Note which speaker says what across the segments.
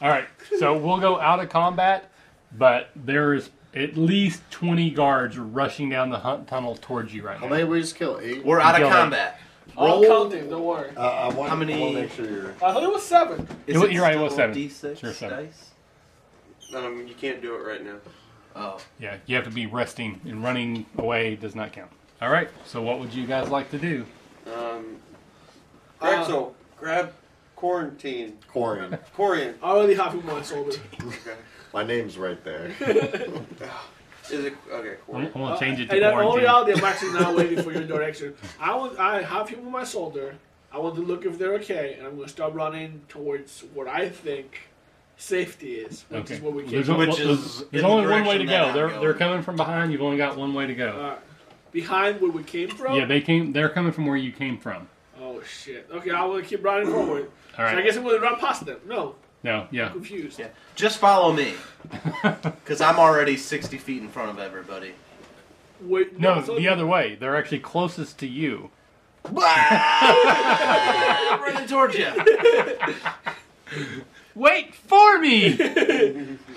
Speaker 1: All right, so we'll go out of combat, but there is at least 20 guards rushing down the hunt tunnel towards you right
Speaker 2: How
Speaker 1: now.
Speaker 2: many we just kill? Eight.
Speaker 3: We're out of
Speaker 1: Kill them.
Speaker 3: combat.
Speaker 4: I'll
Speaker 3: Roll.
Speaker 4: count them, don't worry.
Speaker 5: Uh, I want,
Speaker 3: How
Speaker 5: How
Speaker 3: many-
Speaker 5: many? I want to make sure you're.
Speaker 4: I thought it was seven.
Speaker 1: You're right, it was
Speaker 3: still
Speaker 1: seven.
Speaker 3: D6
Speaker 1: Sure, seven.
Speaker 3: dice?
Speaker 6: Um, you can't do it right now.
Speaker 3: Oh.
Speaker 1: Yeah, you have to be resting, and running away does not count. All right, so what would you guys like to do?
Speaker 6: Um,
Speaker 4: Uh,
Speaker 6: Rexel, grab quarantine.
Speaker 5: Corian.
Speaker 6: Corian.
Speaker 4: I already have him once over.
Speaker 6: Okay.
Speaker 5: My name's right there.
Speaker 6: Is it okay?
Speaker 1: I'm,
Speaker 6: Corian.
Speaker 1: going to change it to
Speaker 4: Uh, And I'm
Speaker 1: quarantine.
Speaker 4: only out there. I'm actually now waiting for your direction. I want. I have him on my shoulder. I want to look if they're okay, and I'm going to start running towards what I think safety is, which
Speaker 1: Okay.
Speaker 4: is what we came.
Speaker 1: There's,
Speaker 4: from.
Speaker 1: o-
Speaker 3: Which
Speaker 1: there's-
Speaker 3: is
Speaker 1: there's
Speaker 3: in
Speaker 1: only
Speaker 3: the
Speaker 1: one way to
Speaker 3: direction
Speaker 1: go.
Speaker 3: that
Speaker 1: They're
Speaker 3: I'm
Speaker 1: they're
Speaker 3: going.
Speaker 1: coming from behind. You've only got one way to go.
Speaker 4: Uh, behind where we came from.
Speaker 1: yeah, they came. They're coming from where you came from.
Speaker 4: oh shit. Okay, I want to keep running forward.
Speaker 1: All right.
Speaker 4: So I guess I'm going to run past them. No,
Speaker 1: no. Yeah.
Speaker 4: I'm confused.
Speaker 3: Yeah. Just follow me. Because I'm already 60 feet in front of everybody.
Speaker 4: Wait,
Speaker 1: No,
Speaker 4: so-
Speaker 1: the other way. They're actually closest to you.
Speaker 3: I'm running towards you.
Speaker 1: Wait for me.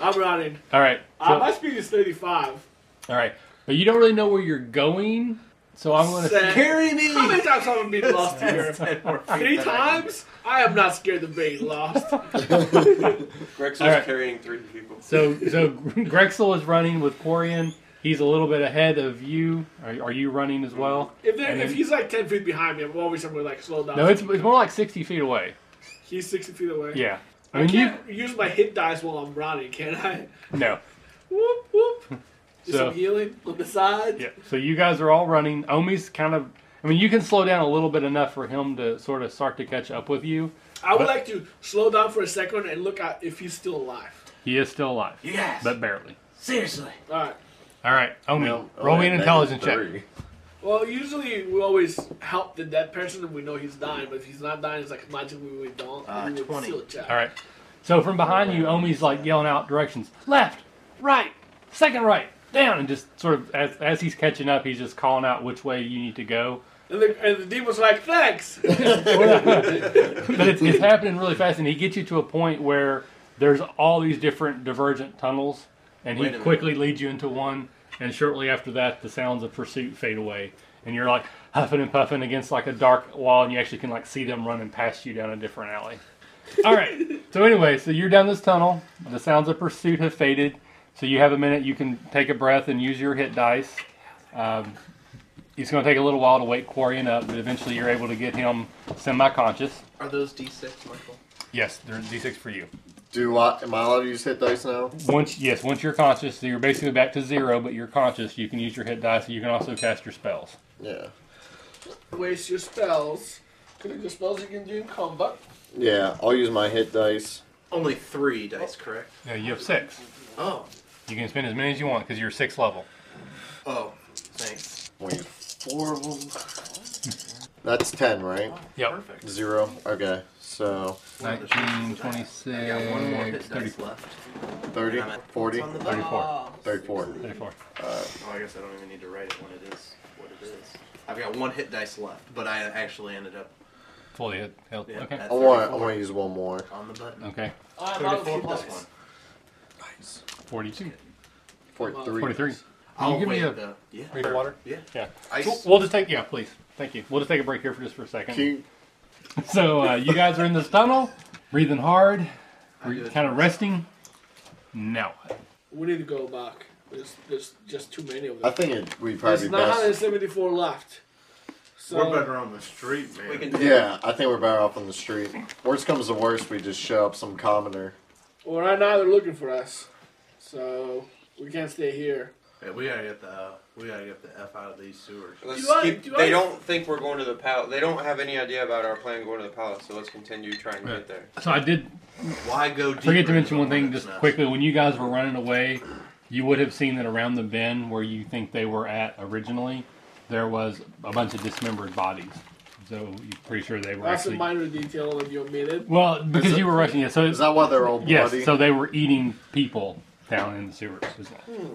Speaker 4: I'm running.
Speaker 1: All right.
Speaker 4: Uh,
Speaker 1: so-
Speaker 4: my speed is 35.
Speaker 1: all right. But you don't really know where you're going, so I'm going to.
Speaker 4: Set.
Speaker 3: Carry me.
Speaker 4: How many times have I been lost here?
Speaker 3: Ten more feet
Speaker 4: Three
Speaker 3: than I-
Speaker 4: times? I am not scared of being lost.
Speaker 6: Rexel's
Speaker 1: Mm-hmm. All right.
Speaker 6: carrying three people.
Speaker 1: So so Grexel is running with Quarian. He's a little bit ahead of you. Are, are you running as well?
Speaker 4: If, there,
Speaker 1: And
Speaker 4: if
Speaker 1: then-
Speaker 4: he's like 10 feet behind me, I'm always somewhere like slow down.
Speaker 1: No, it's it's more like sixty feet away.
Speaker 4: He's 60 feet away.
Speaker 1: Yeah. I
Speaker 4: I
Speaker 1: mean, you
Speaker 4: can't use my hit dice while I'm running, can I?
Speaker 1: no.
Speaker 4: Whoop, whoop. Do
Speaker 1: So-
Speaker 4: some healing on the side.
Speaker 1: Yeah. So you guys are all running. Omi's kind of. I mean, you can slow down a little bit enough for him to sort of start to catch up with you.
Speaker 4: I would
Speaker 1: But-
Speaker 4: like to slow down for a second and look at if he's still alive.
Speaker 1: He is still alive,
Speaker 3: Yes.
Speaker 1: but barely.
Speaker 3: seriously.
Speaker 4: All right.
Speaker 1: All right, Omi,
Speaker 5: No.
Speaker 1: roll
Speaker 5: Oh,
Speaker 1: me an
Speaker 5: negative
Speaker 1: intelligence check.
Speaker 5: three.
Speaker 4: Well, usually we always help the dead person and we know he's dying, but if he's not dying, it's like magically we don't.
Speaker 3: Uh,
Speaker 4: and we would
Speaker 3: 20.
Speaker 4: still check.
Speaker 1: All right. So from behind you, Omi's like yelling out directions: left, right, second right, down, and just sort of as as he's catching up, he's just calling out which way you need to go.
Speaker 4: And the, and the demon's like, thanks.
Speaker 1: but it's, it's happening really fast, and he gets you to a point where there's all these different divergent tunnels, and
Speaker 3: Wait a
Speaker 1: he
Speaker 3: minute.
Speaker 1: quickly leads you into one. And shortly after that, the sounds of pursuit fade away, and you're like huffing and puffing against like a dark wall, and you actually can like see them running past you down a different alley. All right. So anyway, so you're down this tunnel. The sounds of pursuit have faded, so you have a minute. You can take a breath and use your hit dice. Um, it's going to take a little while to wake Quarian up, but eventually you're able to get him semi-conscious.
Speaker 3: Are those D6, Michael?
Speaker 1: Yes, there's D6 for you.
Speaker 5: Do I, am I allowed to use hit dice now?
Speaker 1: Once yes, once you're conscious, so you're basically back to zero, but you're conscious, you can use your hit dice, and you can also cast your spells.
Speaker 5: Yeah.
Speaker 4: Waste your spells. Could it your spells you can do in combat?
Speaker 5: Yeah, I'll use my hit dice.
Speaker 3: Only three dice,
Speaker 4: Oh.
Speaker 3: correct?
Speaker 1: Yeah, you have six.
Speaker 3: Oh.
Speaker 1: You can spend as many as you want because you're sixth level.
Speaker 3: Oh. Thanks.
Speaker 5: Wait, four of them. That's ten, right?
Speaker 1: Yep.
Speaker 3: Perfect.
Speaker 5: Zero. Okay, so
Speaker 1: Nineteen,
Speaker 3: I got one more hit
Speaker 1: twenty-six,
Speaker 3: dice
Speaker 1: thirty-four.
Speaker 3: left.
Speaker 5: 30,
Speaker 3: I'm at-
Speaker 5: 40,
Speaker 3: it's on the button.
Speaker 1: 34.
Speaker 5: 34.
Speaker 1: 34.
Speaker 3: Oh, I guess I don't even need to write it when it is what it is. I've got one hit dice left, but I actually ended up
Speaker 1: Fully hit. held.
Speaker 3: yeah,
Speaker 1: Okay.
Speaker 3: at
Speaker 5: I want, I
Speaker 3: 34
Speaker 5: want to use one more.
Speaker 3: on the button.
Speaker 1: Okay.
Speaker 4: I'm out of
Speaker 3: 34
Speaker 4: hit
Speaker 3: plus
Speaker 4: dice.
Speaker 3: one.
Speaker 5: Nice.
Speaker 1: 42.
Speaker 5: Forty-three.
Speaker 1: 43.
Speaker 3: I'll
Speaker 1: you give
Speaker 3: wait
Speaker 1: me a
Speaker 3: the yeah.
Speaker 1: refill water?
Speaker 3: Yeah.
Speaker 1: Yeah.
Speaker 3: Ice.
Speaker 1: So we'll just take, yeah, please. Thank you. We'll just take a break here for just for a second.
Speaker 5: Can you-
Speaker 1: So uh, you guys are in this tunnel, breathing hard,
Speaker 3: I do it.
Speaker 1: kind of resting. Now, what?
Speaker 4: We need to go back. There's, there's just too many of
Speaker 5: I
Speaker 4: them.
Speaker 5: think it would
Speaker 4: There's
Speaker 5: probably be best.
Speaker 4: 974 left. So
Speaker 7: We're better on the street, man.
Speaker 6: We can.
Speaker 5: Yeah, I think we're better off on the street. Worst comes to worst, we just show up some commoner.
Speaker 4: well, right now they're looking for us. So we can't stay here.
Speaker 7: Hey, we gotta get the we gotta get the f out of these sewers.
Speaker 6: Let's
Speaker 4: Do I-
Speaker 6: keep,
Speaker 4: do
Speaker 6: they
Speaker 4: I-
Speaker 6: don't think we're going to the palace. They don't have any idea about our plan going to the palace. So let's continue trying to get there.
Speaker 1: so I did
Speaker 3: Why go deeper?
Speaker 1: forget to
Speaker 3: into
Speaker 1: mention
Speaker 3: the
Speaker 1: one thing
Speaker 3: hornet's
Speaker 1: just
Speaker 3: nest?
Speaker 1: quickly. When you guys were running away, you would have seen that around the bend where you think they were at originally, there was a bunch of dismembered bodies. So you're pretty sure they were
Speaker 4: That's a
Speaker 1: actually
Speaker 4: minor detail that you omitted.
Speaker 1: well because
Speaker 5: Is
Speaker 1: you
Speaker 5: it-
Speaker 1: were rushing it. So
Speaker 5: Is that why they're all
Speaker 1: yes,
Speaker 5: bloody?
Speaker 1: so they were eating people down in the sewers as well.
Speaker 4: Hmm.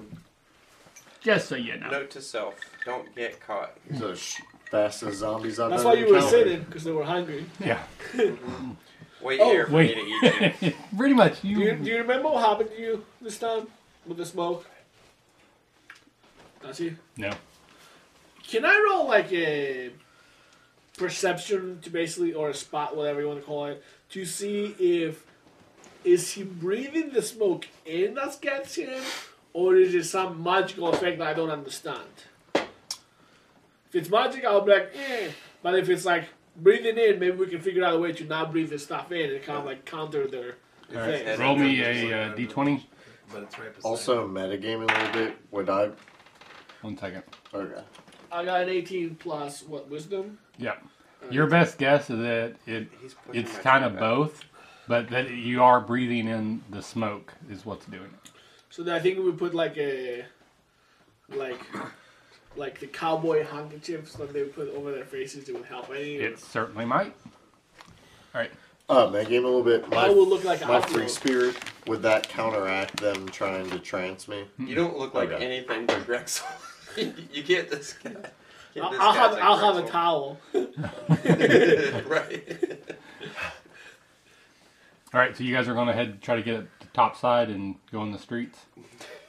Speaker 1: Just so you know.
Speaker 6: Note to self: Don't get caught.
Speaker 5: These are sh- fastest zombies I've
Speaker 4: That's
Speaker 5: ever
Speaker 4: why you were
Speaker 5: encountered.
Speaker 4: sitting, because they were hungry.
Speaker 1: Yeah.
Speaker 6: Wait
Speaker 4: Oh,
Speaker 6: here for
Speaker 1: Wait.
Speaker 6: me to eat you.
Speaker 1: Pretty much.
Speaker 4: Do you, do
Speaker 1: You,
Speaker 4: you remember what happened to you this time with the smoke? I see.
Speaker 1: no.
Speaker 4: Can I roll like a perception to basically, or a spot, whatever you want to call it, to see if is he breathing the smoke in that gets him, or is it some magical effect that I don't understand? If it's magic, I'll be like, eh. But if it's like breathing in, maybe we can figure out a way to not breathe this stuff in and kind of like counter their.
Speaker 7: All right.
Speaker 4: thing.
Speaker 1: Roll me a uh, d20.
Speaker 7: But it's right beside
Speaker 5: Also, metagaming a little bit. Would I?
Speaker 1: One second.
Speaker 5: Okay.
Speaker 4: I got an 18 plus what wisdom.
Speaker 1: Yeah. Your best guess is that it
Speaker 6: He's pushing
Speaker 1: it's
Speaker 6: my
Speaker 1: kind of
Speaker 6: food back.
Speaker 1: both, but that you are breathing in the smoke is what's doing it.
Speaker 4: So then I think we put like a, like, like the cowboy handkerchiefs that they would put over their faces. It would help. I think
Speaker 1: It certainly might. All right.
Speaker 5: Uh, metagaming a little bit.
Speaker 4: I
Speaker 5: My,
Speaker 4: would look like an
Speaker 5: my free
Speaker 4: outlaw.
Speaker 5: spirit. Would that counteract them trying to trance me?
Speaker 1: Hmm.
Speaker 6: You don't look
Speaker 1: Oh,
Speaker 6: like
Speaker 5: Okay.
Speaker 6: anything but Drexel. you get this guy. get this
Speaker 4: I'll, I'll have
Speaker 6: guy's like
Speaker 4: I'll have a
Speaker 6: Drexel.
Speaker 4: towel.
Speaker 6: right.
Speaker 1: All right. So you guys are going to head try to get up the top side and go in the streets.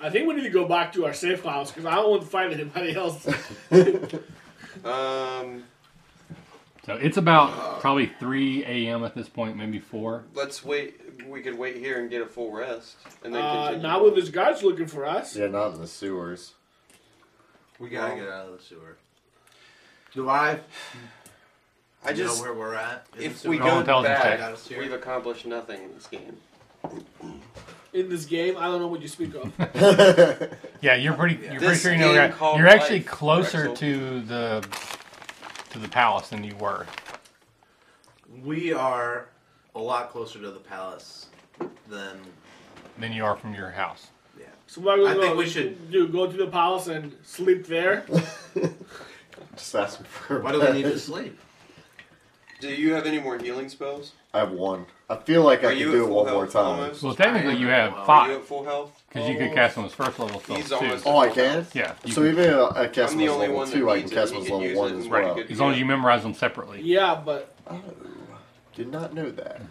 Speaker 4: I think we need to go back to our safe house because I don't want to fight anybody else.
Speaker 6: Um,
Speaker 1: So it's about probably 3 a.m. at this point, maybe 4.
Speaker 6: let's wait. We could wait here and get a full rest, and then
Speaker 4: Uh,
Speaker 6: continue.
Speaker 4: not with this guy's looking for us.
Speaker 5: Yeah, not in the sewers.
Speaker 7: We gotta get out of the sewer. Do I?
Speaker 6: I just
Speaker 7: know where we're at. in the
Speaker 6: if
Speaker 7: sewer?
Speaker 6: we
Speaker 1: Roll
Speaker 6: go
Speaker 1: intelligence
Speaker 6: back,
Speaker 7: Out of the sewer?
Speaker 6: we've accomplished nothing in this game.
Speaker 4: In this game, I don't know what you speak of.
Speaker 1: Yeah, you're pretty. You're pretty
Speaker 6: This
Speaker 1: sure you know. where
Speaker 6: game
Speaker 1: I-
Speaker 6: called
Speaker 1: You're actually
Speaker 6: life,
Speaker 1: closer
Speaker 6: Drexel.
Speaker 1: to the to the palace than you were.
Speaker 7: we are a lot closer to the palace than.
Speaker 1: Than you are from your house.
Speaker 7: Yeah.
Speaker 4: So what are we
Speaker 7: I
Speaker 4: gonna
Speaker 7: think
Speaker 4: do?
Speaker 7: we should-
Speaker 4: do go to the palace and sleep there.
Speaker 5: Just ask them for.
Speaker 7: Why do we need to sleep?
Speaker 6: Do you have any more healing spells?
Speaker 5: I have one. I feel like
Speaker 6: Are
Speaker 5: I
Speaker 6: you
Speaker 5: can
Speaker 6: at
Speaker 5: do it
Speaker 6: full
Speaker 5: one
Speaker 6: health
Speaker 5: more time.
Speaker 6: almost?
Speaker 1: Well, technically you have
Speaker 7: Well,
Speaker 6: Are you
Speaker 1: five
Speaker 6: at full health?
Speaker 1: because you could cast on his first level spells
Speaker 6: Oh. He's
Speaker 1: too.
Speaker 6: almost-
Speaker 5: Oh, I can.
Speaker 1: Yeah. you
Speaker 5: So
Speaker 1: can-
Speaker 5: even if I cast
Speaker 6: I'm
Speaker 5: him as
Speaker 6: the only
Speaker 5: level
Speaker 6: one that
Speaker 5: two, I
Speaker 6: needs
Speaker 5: can
Speaker 6: it.
Speaker 5: cast
Speaker 6: He
Speaker 5: him as
Speaker 6: can
Speaker 5: level
Speaker 6: use
Speaker 5: one
Speaker 6: it
Speaker 5: as
Speaker 6: and work
Speaker 5: well.
Speaker 6: it.
Speaker 1: As long as you memorize them separately.
Speaker 4: Yeah, but
Speaker 5: Did not know that.
Speaker 1: Mm.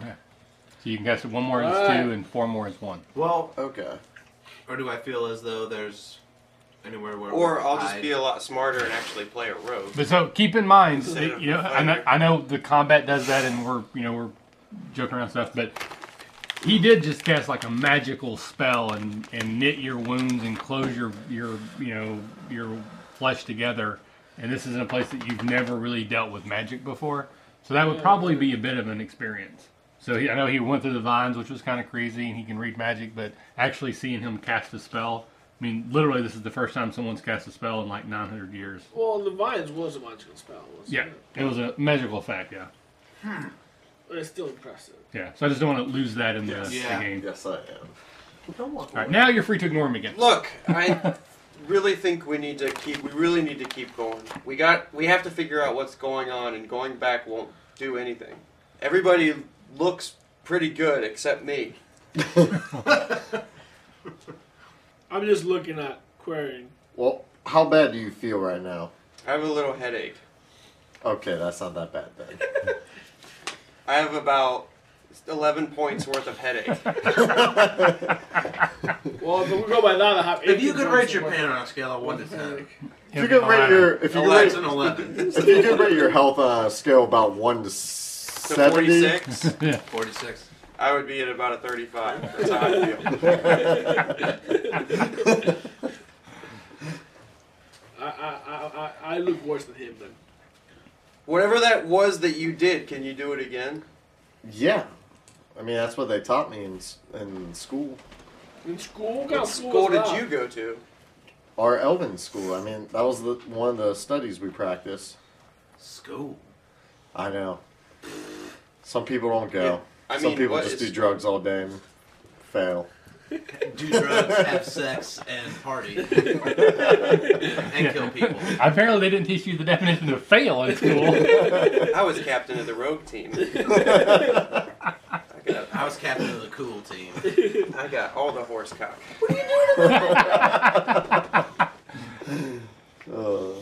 Speaker 1: So you can cast it one more as
Speaker 4: Alright.
Speaker 1: two and four more as one.
Speaker 7: Well,
Speaker 5: Okay.
Speaker 7: or do I feel as though there's anywhere where?
Speaker 6: Or
Speaker 7: we
Speaker 6: I'll
Speaker 7: can
Speaker 6: just
Speaker 7: hide?
Speaker 6: be a lot smarter and actually play a rogue.
Speaker 1: But so keep in mind,
Speaker 6: Instead
Speaker 1: that,
Speaker 6: of
Speaker 1: you know,
Speaker 6: a
Speaker 1: I know,
Speaker 6: fighter.
Speaker 1: I know the combat does that, and we're you know we're joking around stuff, but he did just cast like a magical spell and and knit your wounds and close your your you know your flesh together. And this is in a place that you've never really dealt with magic before, so that would probably be a bit of an experience. So he, I know he went through the vines, which was kind of crazy, and he can read magic, but actually seeing him cast a spell. I mean, literally, this is the first time someone's cast a spell in like 900 years.
Speaker 4: well, the vines was a magical spell. Wasn't
Speaker 1: Yeah, it
Speaker 4: it?
Speaker 1: was a magical fact. Yeah,
Speaker 4: but it's still impressive.
Speaker 1: yeah. So I just don't want to lose that in the, the
Speaker 7: Yeah.
Speaker 1: game.
Speaker 5: Yes, I am.
Speaker 1: All right, now you're free to ignore him again.
Speaker 6: Look, I really think we need to keep. We really need to keep going. We got. We have to figure out what's going on, and going back won't do anything. Everybody looks pretty good except me.
Speaker 4: I'm just looking at querying.
Speaker 5: Well, how bad do you feel right now?
Speaker 6: I have a little headache.
Speaker 5: Okay, that's not that bad then.
Speaker 6: I have about eleven points worth of headache.
Speaker 4: Well, if we go by that, I have.
Speaker 7: If
Speaker 4: 18
Speaker 7: you could
Speaker 4: points
Speaker 7: rate
Speaker 4: of
Speaker 7: your
Speaker 4: worth-
Speaker 7: pain on a scale of one to ten,
Speaker 5: if you could rate your if you could
Speaker 7: that's an
Speaker 5: rate,
Speaker 7: eleven.
Speaker 5: if you could rate your health on a scale about one to
Speaker 6: So
Speaker 5: seventy,
Speaker 6: forty-six,
Speaker 7: Forty-six.
Speaker 6: I would be at about a thirty-five. That's how I feel.
Speaker 4: I, I, I, I I look worse than him then.
Speaker 6: Whatever that was that you did, can you do it again?
Speaker 5: yeah. I mean, that's what they taught me in s- in school,
Speaker 4: In school, what kind
Speaker 6: What
Speaker 4: of
Speaker 6: school
Speaker 4: school
Speaker 6: did
Speaker 4: was that?
Speaker 6: you go to?
Speaker 5: our Elven school. I mean, that was the, one of the studies we practiced.
Speaker 7: School.
Speaker 5: I know. Some people don't go.
Speaker 6: I
Speaker 5: Some
Speaker 6: mean,
Speaker 5: people
Speaker 6: what
Speaker 5: just
Speaker 6: is-
Speaker 5: do drugs all day and fail.
Speaker 7: Do drugs, have sex, and party, and kill people.
Speaker 1: Apparently, they didn't teach you the definition of fail in school.
Speaker 6: I was captain of the rogue team. I got,
Speaker 7: I was captain of the cool team.
Speaker 6: I got all the horse cock.
Speaker 5: Uh,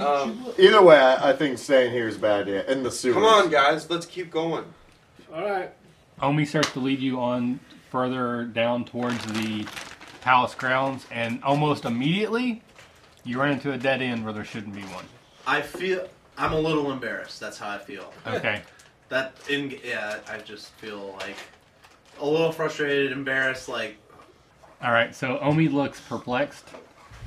Speaker 6: Um,
Speaker 5: either way, I, I think staying here is a bad idea. In the sewers.
Speaker 6: come on, guys, let's keep going.
Speaker 4: All right.
Speaker 1: Omi starts to lead you on further down towards the palace grounds, and almost immediately you run into a dead end where there shouldn't be one.
Speaker 3: I feel I'm a little embarrassed. That's how I feel.
Speaker 1: Okay.
Speaker 3: That in yeah, I just feel like a little frustrated, embarrassed. Like
Speaker 1: All right. So Omi looks perplexed,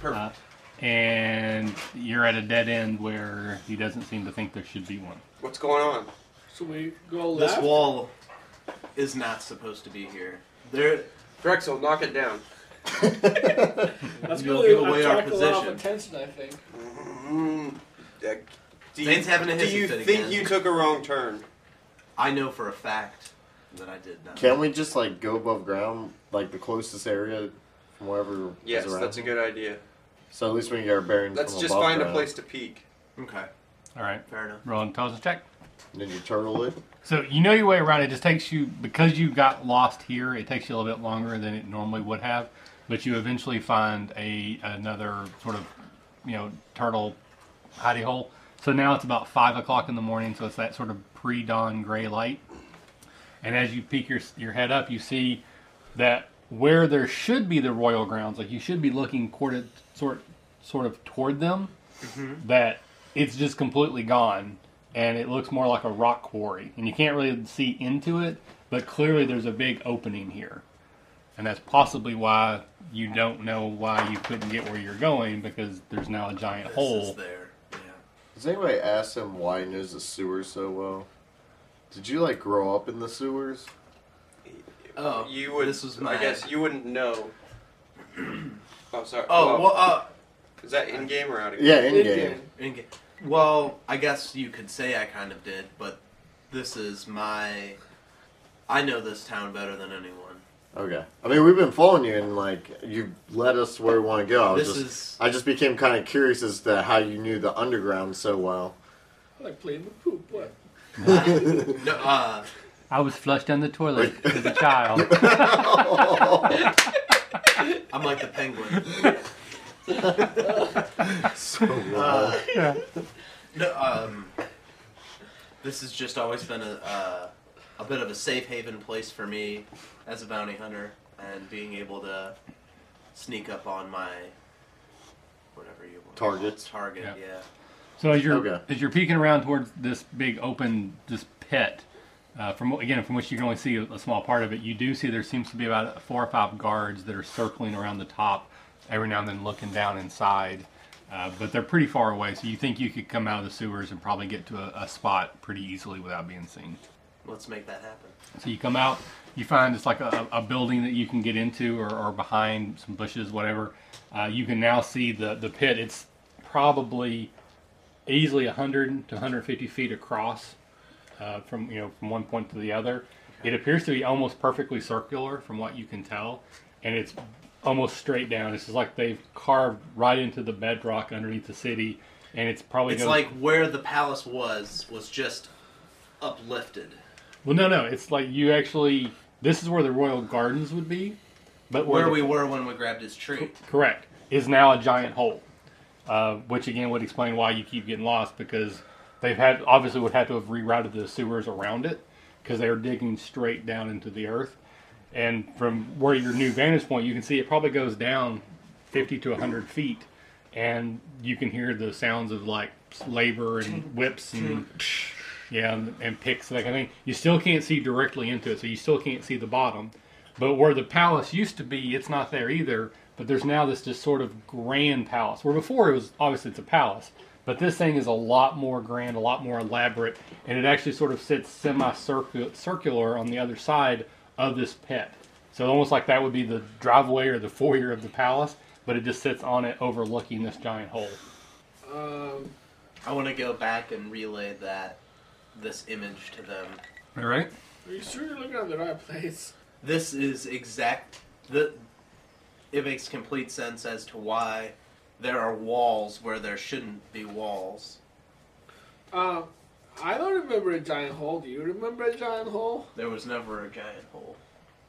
Speaker 3: perfect.
Speaker 1: uh, and you're at a dead end where he doesn't seem to think there should be one.
Speaker 6: What's going on?
Speaker 4: So we go
Speaker 3: this
Speaker 4: left.
Speaker 3: wall is not supposed to be here. There,
Speaker 6: Drexel, knock it down.
Speaker 4: That's
Speaker 3: You'll
Speaker 4: really
Speaker 3: give away our
Speaker 4: attract a lot
Speaker 3: position.
Speaker 4: of attention, I think.
Speaker 6: Mm, uh, do
Speaker 3: Zane's having a
Speaker 6: do
Speaker 3: hissy
Speaker 6: you
Speaker 3: fit
Speaker 6: think
Speaker 3: again.
Speaker 6: you took a wrong turn?
Speaker 3: I know for a fact that I did not.
Speaker 5: Can we just like go above ground, like the closest area from wherever
Speaker 6: Yes,
Speaker 5: is around?
Speaker 6: that's a good idea.
Speaker 5: So at least we can get our bearings.
Speaker 6: Let's
Speaker 5: from
Speaker 6: just
Speaker 5: above
Speaker 6: find
Speaker 5: ground.
Speaker 6: a place to peek.
Speaker 3: Okay,
Speaker 1: All right.
Speaker 3: fair enough.
Speaker 1: Roll an intelligence check.
Speaker 5: Ninja Turtle it.
Speaker 1: So you know your way around. It just takes you because you got lost here. It takes you a little bit longer than it normally would have, but you eventually find a another sort of you know turtle hidey hole. So now it's about five o'clock in the morning. So it's that sort of pre-dawn gray light. And as you peek your your head up, you see that where there should be the royal grounds, like you should be looking courted, sort sort of toward them,
Speaker 3: Mm-hmm.
Speaker 1: that it's just completely gone, and it looks more like a rock quarry, and you can't really see into it, but clearly there's a big opening here, and that's possibly why you don't know why you couldn't get where you're going because there's now a giant
Speaker 3: This
Speaker 1: hole.
Speaker 3: is there. Yeah.
Speaker 5: Does anybody ask him why he knows the sewers so well? Did you like grow up in the sewers?
Speaker 3: Oh,
Speaker 6: You would.
Speaker 3: This was my.
Speaker 6: I guess you wouldn't know. oh, sorry.
Speaker 3: Oh
Speaker 6: Well,
Speaker 3: well. Uh,
Speaker 6: is that in game or out of game?
Speaker 5: Yeah, in game.
Speaker 3: in ga- well, I guess you could say I kind of did, but this is my. I know this town better than anyone.
Speaker 5: Okay. I mean, we've been following you, and like you led us where we want to go. I was
Speaker 3: This
Speaker 5: just,
Speaker 3: is-
Speaker 5: I just became kind of curious as to how you knew the underground so well.
Speaker 4: I like playing with poop. What?
Speaker 3: No, uh,
Speaker 1: I was flushed down the toilet as a child.
Speaker 3: I'm like the penguin.
Speaker 5: So well.
Speaker 3: Uh, no, um, this has just always been a, uh, a bit of a safe haven place for me as a bounty hunter, and being able to sneak up on my whatever you want to call it,
Speaker 5: Targets.
Speaker 3: Target,
Speaker 1: Yeah.
Speaker 3: yeah.
Speaker 1: So as you're
Speaker 5: Okay.
Speaker 1: as you're peeking around towards this big open this pit, uh, from again from which you can only see a, a small part of it, you do see there seems to be about four or five guards that are circling around the top, every now and then looking down inside, uh, but they're pretty far away. So you think you could come out of the sewers and probably get to a, a spot pretty easily without being seen.
Speaker 3: Let's make that happen.
Speaker 1: So you come out, you find it's like a, a building that you can get into or, or behind some bushes, whatever. Uh, you can now see the, the pit. It's probably easily 100 to 150 feet across uh, from you know from one point to the other. It appears to be almost perfectly circular from what you can tell, and it's almost straight down. It's just like they've carved right into the bedrock underneath the city, and it's probably
Speaker 3: It's
Speaker 1: gonna-
Speaker 3: like where the palace was was just uplifted.
Speaker 1: well, no, no, it's like you actually. This is where the royal gardens would be, but
Speaker 3: Where
Speaker 1: the-
Speaker 3: we were when we grabbed his tree.
Speaker 1: Correct. Is now a giant hole, uh, which again would explain why you keep getting lost because they've had obviously would have to have rerouted the sewers around it because they are digging straight down into the earth. And from where your new vantage point, you can see it probably goes down 50 to 100 feet, and you can hear the sounds of like labor and whips and yeah, and, and picks and that kind of thing. You still can't see directly into it, so you still can't see the bottom. But where the palace used to be, it's not there either. But there's now this just sort of grand palace. Where before it was obviously it's a palace, but this thing is a lot more grand, a lot more elaborate, and it actually sort of sits semi-circular on the other side of this pit. So almost like that would be the driveway or the foyer of the palace, but it just sits on it, overlooking this giant hole.
Speaker 4: Um,
Speaker 3: I want to go back and relay that this image to them.
Speaker 1: All right.
Speaker 4: are you sure you're looking at the right place?
Speaker 3: this is exact the it makes complete sense as to why there are walls where there shouldn't be walls
Speaker 4: Um, I don't remember a giant hole. Do you remember a giant hole?
Speaker 3: there was never a giant hole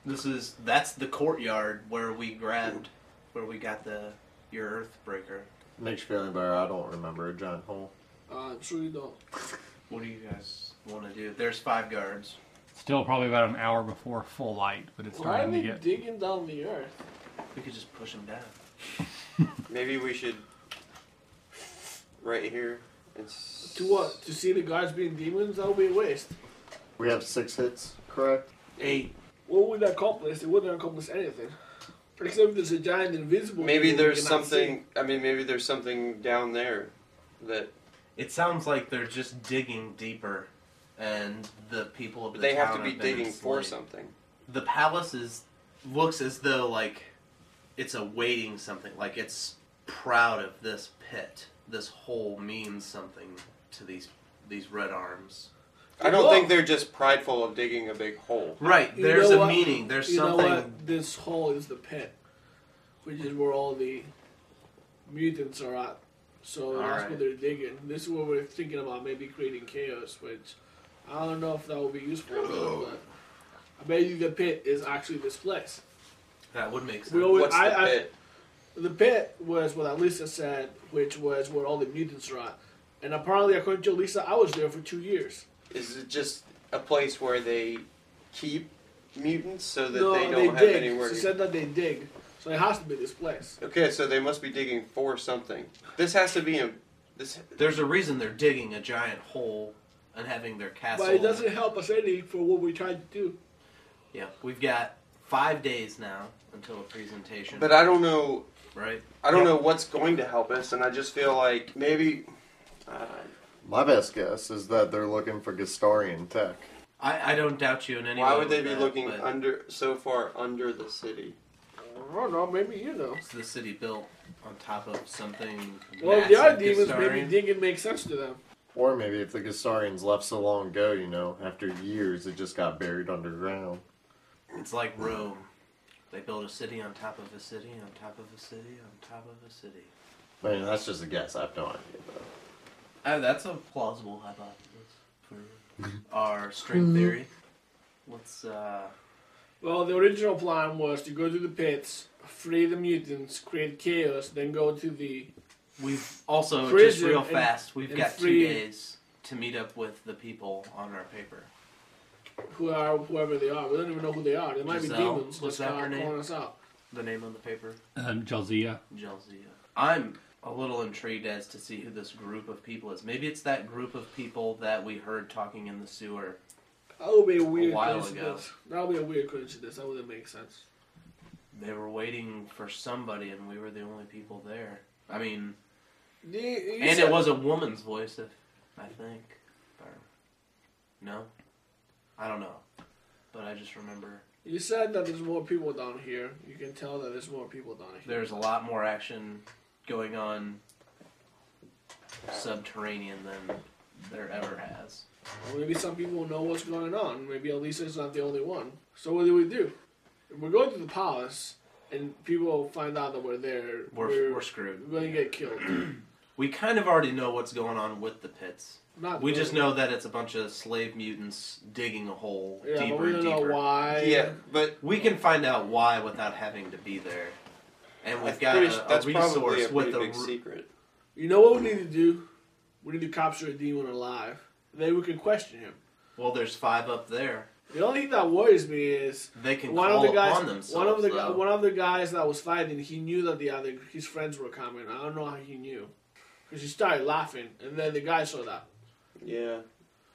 Speaker 3: this is that's the courtyard where we grabbed where we got the your earthbreaker
Speaker 5: Makes you feel any better. I don't remember a giant hole.
Speaker 4: Uh, I'm sure you don't.
Speaker 3: what do you guys want to do there's five guards
Speaker 1: Still probably about an hour before full light, but it's
Speaker 4: Why are
Speaker 1: starting
Speaker 4: they
Speaker 1: to get.
Speaker 4: digging down the earth?
Speaker 3: We could just push him down.
Speaker 6: Maybe we should right here. And s-
Speaker 4: To what? To see the guards being demons? That would be a waste.
Speaker 5: We have six hits, correct?
Speaker 6: Eight.
Speaker 4: What would that accomplish? It wouldn't accomplish anything. Except if there's a giant invisible.
Speaker 6: Maybe
Speaker 4: thing we
Speaker 6: there's
Speaker 4: cannot
Speaker 6: something. I mean, maybe there's something down there that
Speaker 3: It sounds like they're just digging deeper, and the people of the
Speaker 6: they have
Speaker 3: town
Speaker 6: to be
Speaker 3: been
Speaker 6: digging for
Speaker 3: enslaved.
Speaker 6: something.
Speaker 3: The palace is looks as though like it's awaiting something. Like it's proud of this pit. This hole means something to these these red arms.
Speaker 6: I don't
Speaker 4: Whoa.
Speaker 6: think they're just prideful of digging a big hole.
Speaker 3: Right.
Speaker 4: You
Speaker 3: There's
Speaker 4: know
Speaker 3: a
Speaker 4: what?
Speaker 3: meaning. There's
Speaker 4: you
Speaker 3: something.
Speaker 4: know what? This hole is the pit, which is where all the mutants are at. So
Speaker 3: All
Speaker 4: that's
Speaker 3: right.
Speaker 4: what they're digging. This is what we're thinking about, maybe creating chaos. Which I don't know if that will be useful, or not, but I bet you the pit is actually this place.
Speaker 3: That would make sense.
Speaker 4: We always,
Speaker 6: What's
Speaker 4: I,
Speaker 6: the
Speaker 4: I-
Speaker 6: pit?
Speaker 4: the pit was what Alisa said, which was where all the mutants are at. And apparently, according to Alisa, I was there for two years.
Speaker 6: Is it just a place where they keep mutants so that
Speaker 4: no,
Speaker 6: they don't
Speaker 4: they
Speaker 6: have
Speaker 4: dig.
Speaker 6: anywhere?
Speaker 4: She
Speaker 6: to-
Speaker 4: said that they dig, so it has to be this place.
Speaker 6: okay, so they must be digging for something. This has to be a. This
Speaker 3: There's a reason they're digging a giant hole and having their castle.
Speaker 4: But it doesn't help us any for what we tried to do.
Speaker 3: Yeah, we've got five days now until a presentation.
Speaker 6: But uh, I don't know.
Speaker 3: right?
Speaker 6: I don't know what's going to help us, and I just feel like maybe. Uh,
Speaker 5: My best guess is that they're looking for Gastarian tech.
Speaker 3: I, I don't doubt you in any
Speaker 6: why
Speaker 3: way
Speaker 6: would they
Speaker 3: with
Speaker 6: be
Speaker 3: that,
Speaker 6: looking
Speaker 3: but
Speaker 6: under so far under the city?
Speaker 4: I don't know. Maybe you know.
Speaker 3: it's the city built on top of something.
Speaker 4: Well, if they are
Speaker 3: massive,
Speaker 4: demons, maybe
Speaker 3: Gastarian.
Speaker 4: digging makes sense to them.
Speaker 5: Or maybe if the Gastarians left so long ago, you know, after years, it just got buried underground.
Speaker 3: It's like Rome. They build a city on top of a city on top of a city on top of a city.
Speaker 5: I mean, that's just a guess. I have no idea, though.
Speaker 3: Oh, that's a plausible hypothesis for our
Speaker 4: Mm-hmm.
Speaker 3: string theory. Let's uh
Speaker 4: Well, the original plan was to go to the pits, free the mutants, create chaos, then go to the.
Speaker 3: We've also just
Speaker 4: Prison
Speaker 3: real
Speaker 4: and-
Speaker 3: fast. We've
Speaker 4: and
Speaker 3: got two
Speaker 4: free-
Speaker 3: days to meet up with the people on our paper.
Speaker 4: Who are whoever they are? We don't even know who they are. They might
Speaker 3: Giselle?
Speaker 4: be demons.
Speaker 3: What's
Speaker 4: Just
Speaker 3: that
Speaker 4: call-
Speaker 3: her name?
Speaker 4: calling us out.
Speaker 3: The name on the paper,
Speaker 1: Um, Josiah.
Speaker 3: Jelzia. I'm a little intrigued as to see who this group of people is. Maybe it's that group of people that we heard talking in the sewer.
Speaker 4: That would be a weird
Speaker 3: while
Speaker 4: coincidence. That would be a weird coincidence. That wouldn't make sense.
Speaker 3: They were waiting for somebody, and we were the only people there. I mean,
Speaker 4: You- you
Speaker 3: and
Speaker 4: said-
Speaker 3: it was a woman's voice, if I think. Or, no, I don't know, but I just remember
Speaker 4: You said that there's more people down here. You can tell that there's more people down here.
Speaker 3: there's a lot more action going on subterranean than there ever has.
Speaker 4: Or maybe some people know what's going on. Maybe Elisa's not the only one. So what do we do? If we're going to the palace, and people find out that we're there.
Speaker 3: We're, we're, screwed.
Speaker 4: going to get killed.
Speaker 3: We kind of already know what's going on with the pits.
Speaker 4: Not
Speaker 3: We just
Speaker 4: really.
Speaker 3: know that it's a bunch of slave mutants digging a hole
Speaker 4: Yeah,
Speaker 3: deeper
Speaker 4: but we don't
Speaker 3: and deeper.
Speaker 4: know why.
Speaker 6: yeah, but
Speaker 3: We can find out why without having to be there. And we've
Speaker 6: I'm
Speaker 3: got
Speaker 6: pretty
Speaker 3: a,
Speaker 6: su-
Speaker 3: a
Speaker 6: that's probably
Speaker 3: resource
Speaker 6: a
Speaker 3: with
Speaker 6: pretty
Speaker 3: a.
Speaker 6: big
Speaker 3: r-
Speaker 6: secret.
Speaker 4: You know what we need to do? We need to capture a demon alive. Then we can question him.
Speaker 3: well, there's five up there.
Speaker 4: The only thing that worries me is
Speaker 3: They can
Speaker 4: one of
Speaker 3: call
Speaker 4: the guys.
Speaker 3: upon themselves.
Speaker 4: one of the gu-
Speaker 3: though.
Speaker 4: one of the guys that was fighting, he knew that the other his friends were coming. I don't know how he knew, because he started laughing, and then the guy saw that.
Speaker 6: Yeah,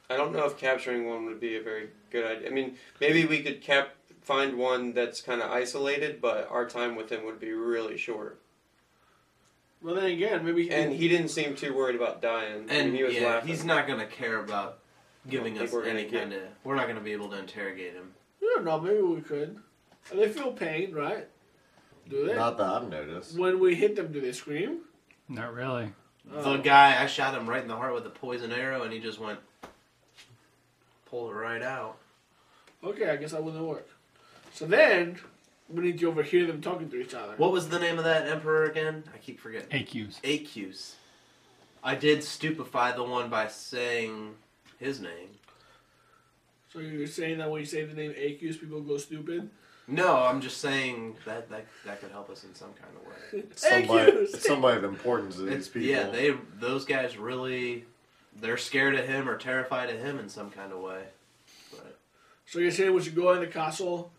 Speaker 6: I don't know if capturing one would be a very good idea. I mean, maybe we could cap find one that's kind of isolated, but our time with him would be really short.
Speaker 4: Well, then again, maybe he
Speaker 6: And he didn't seem too worried about dying. I mean,
Speaker 3: And
Speaker 6: he was
Speaker 3: yeah,
Speaker 6: laughing.
Speaker 3: he's not gonna care about giving
Speaker 6: I don't
Speaker 3: us
Speaker 6: think we're
Speaker 3: any
Speaker 6: gonna get-
Speaker 3: kind of. We're not gonna be able to interrogate him.
Speaker 4: I don't know. Maybe we could. And They feel pain, right? Do they?
Speaker 5: Not that I've noticed.
Speaker 4: when we hit them, do they scream? Oh,
Speaker 1: Not really.
Speaker 3: The
Speaker 6: Oh.
Speaker 3: guy, I shot him right in the heart with a poison arrow, and he just went, pulled it right out.
Speaker 4: Okay, I guess that wouldn't work. So then we need to overhear them talking to each other.
Speaker 3: What was the name of that emperor again? I keep forgetting.
Speaker 1: AQs.
Speaker 3: Acus. I did stupefy the one by saying his name.
Speaker 4: So you're saying that when you say the name Acus, people go stupid?
Speaker 3: No, I'm just saying that that, that could help us in some kind of way.
Speaker 5: Somebody,
Speaker 4: AQs.
Speaker 5: somebody of importance to these
Speaker 3: It's-
Speaker 5: people.
Speaker 3: Yeah, they those guys really they're scared of him or terrified of him in some kind of way. But
Speaker 4: So you're saying we should go in the castle,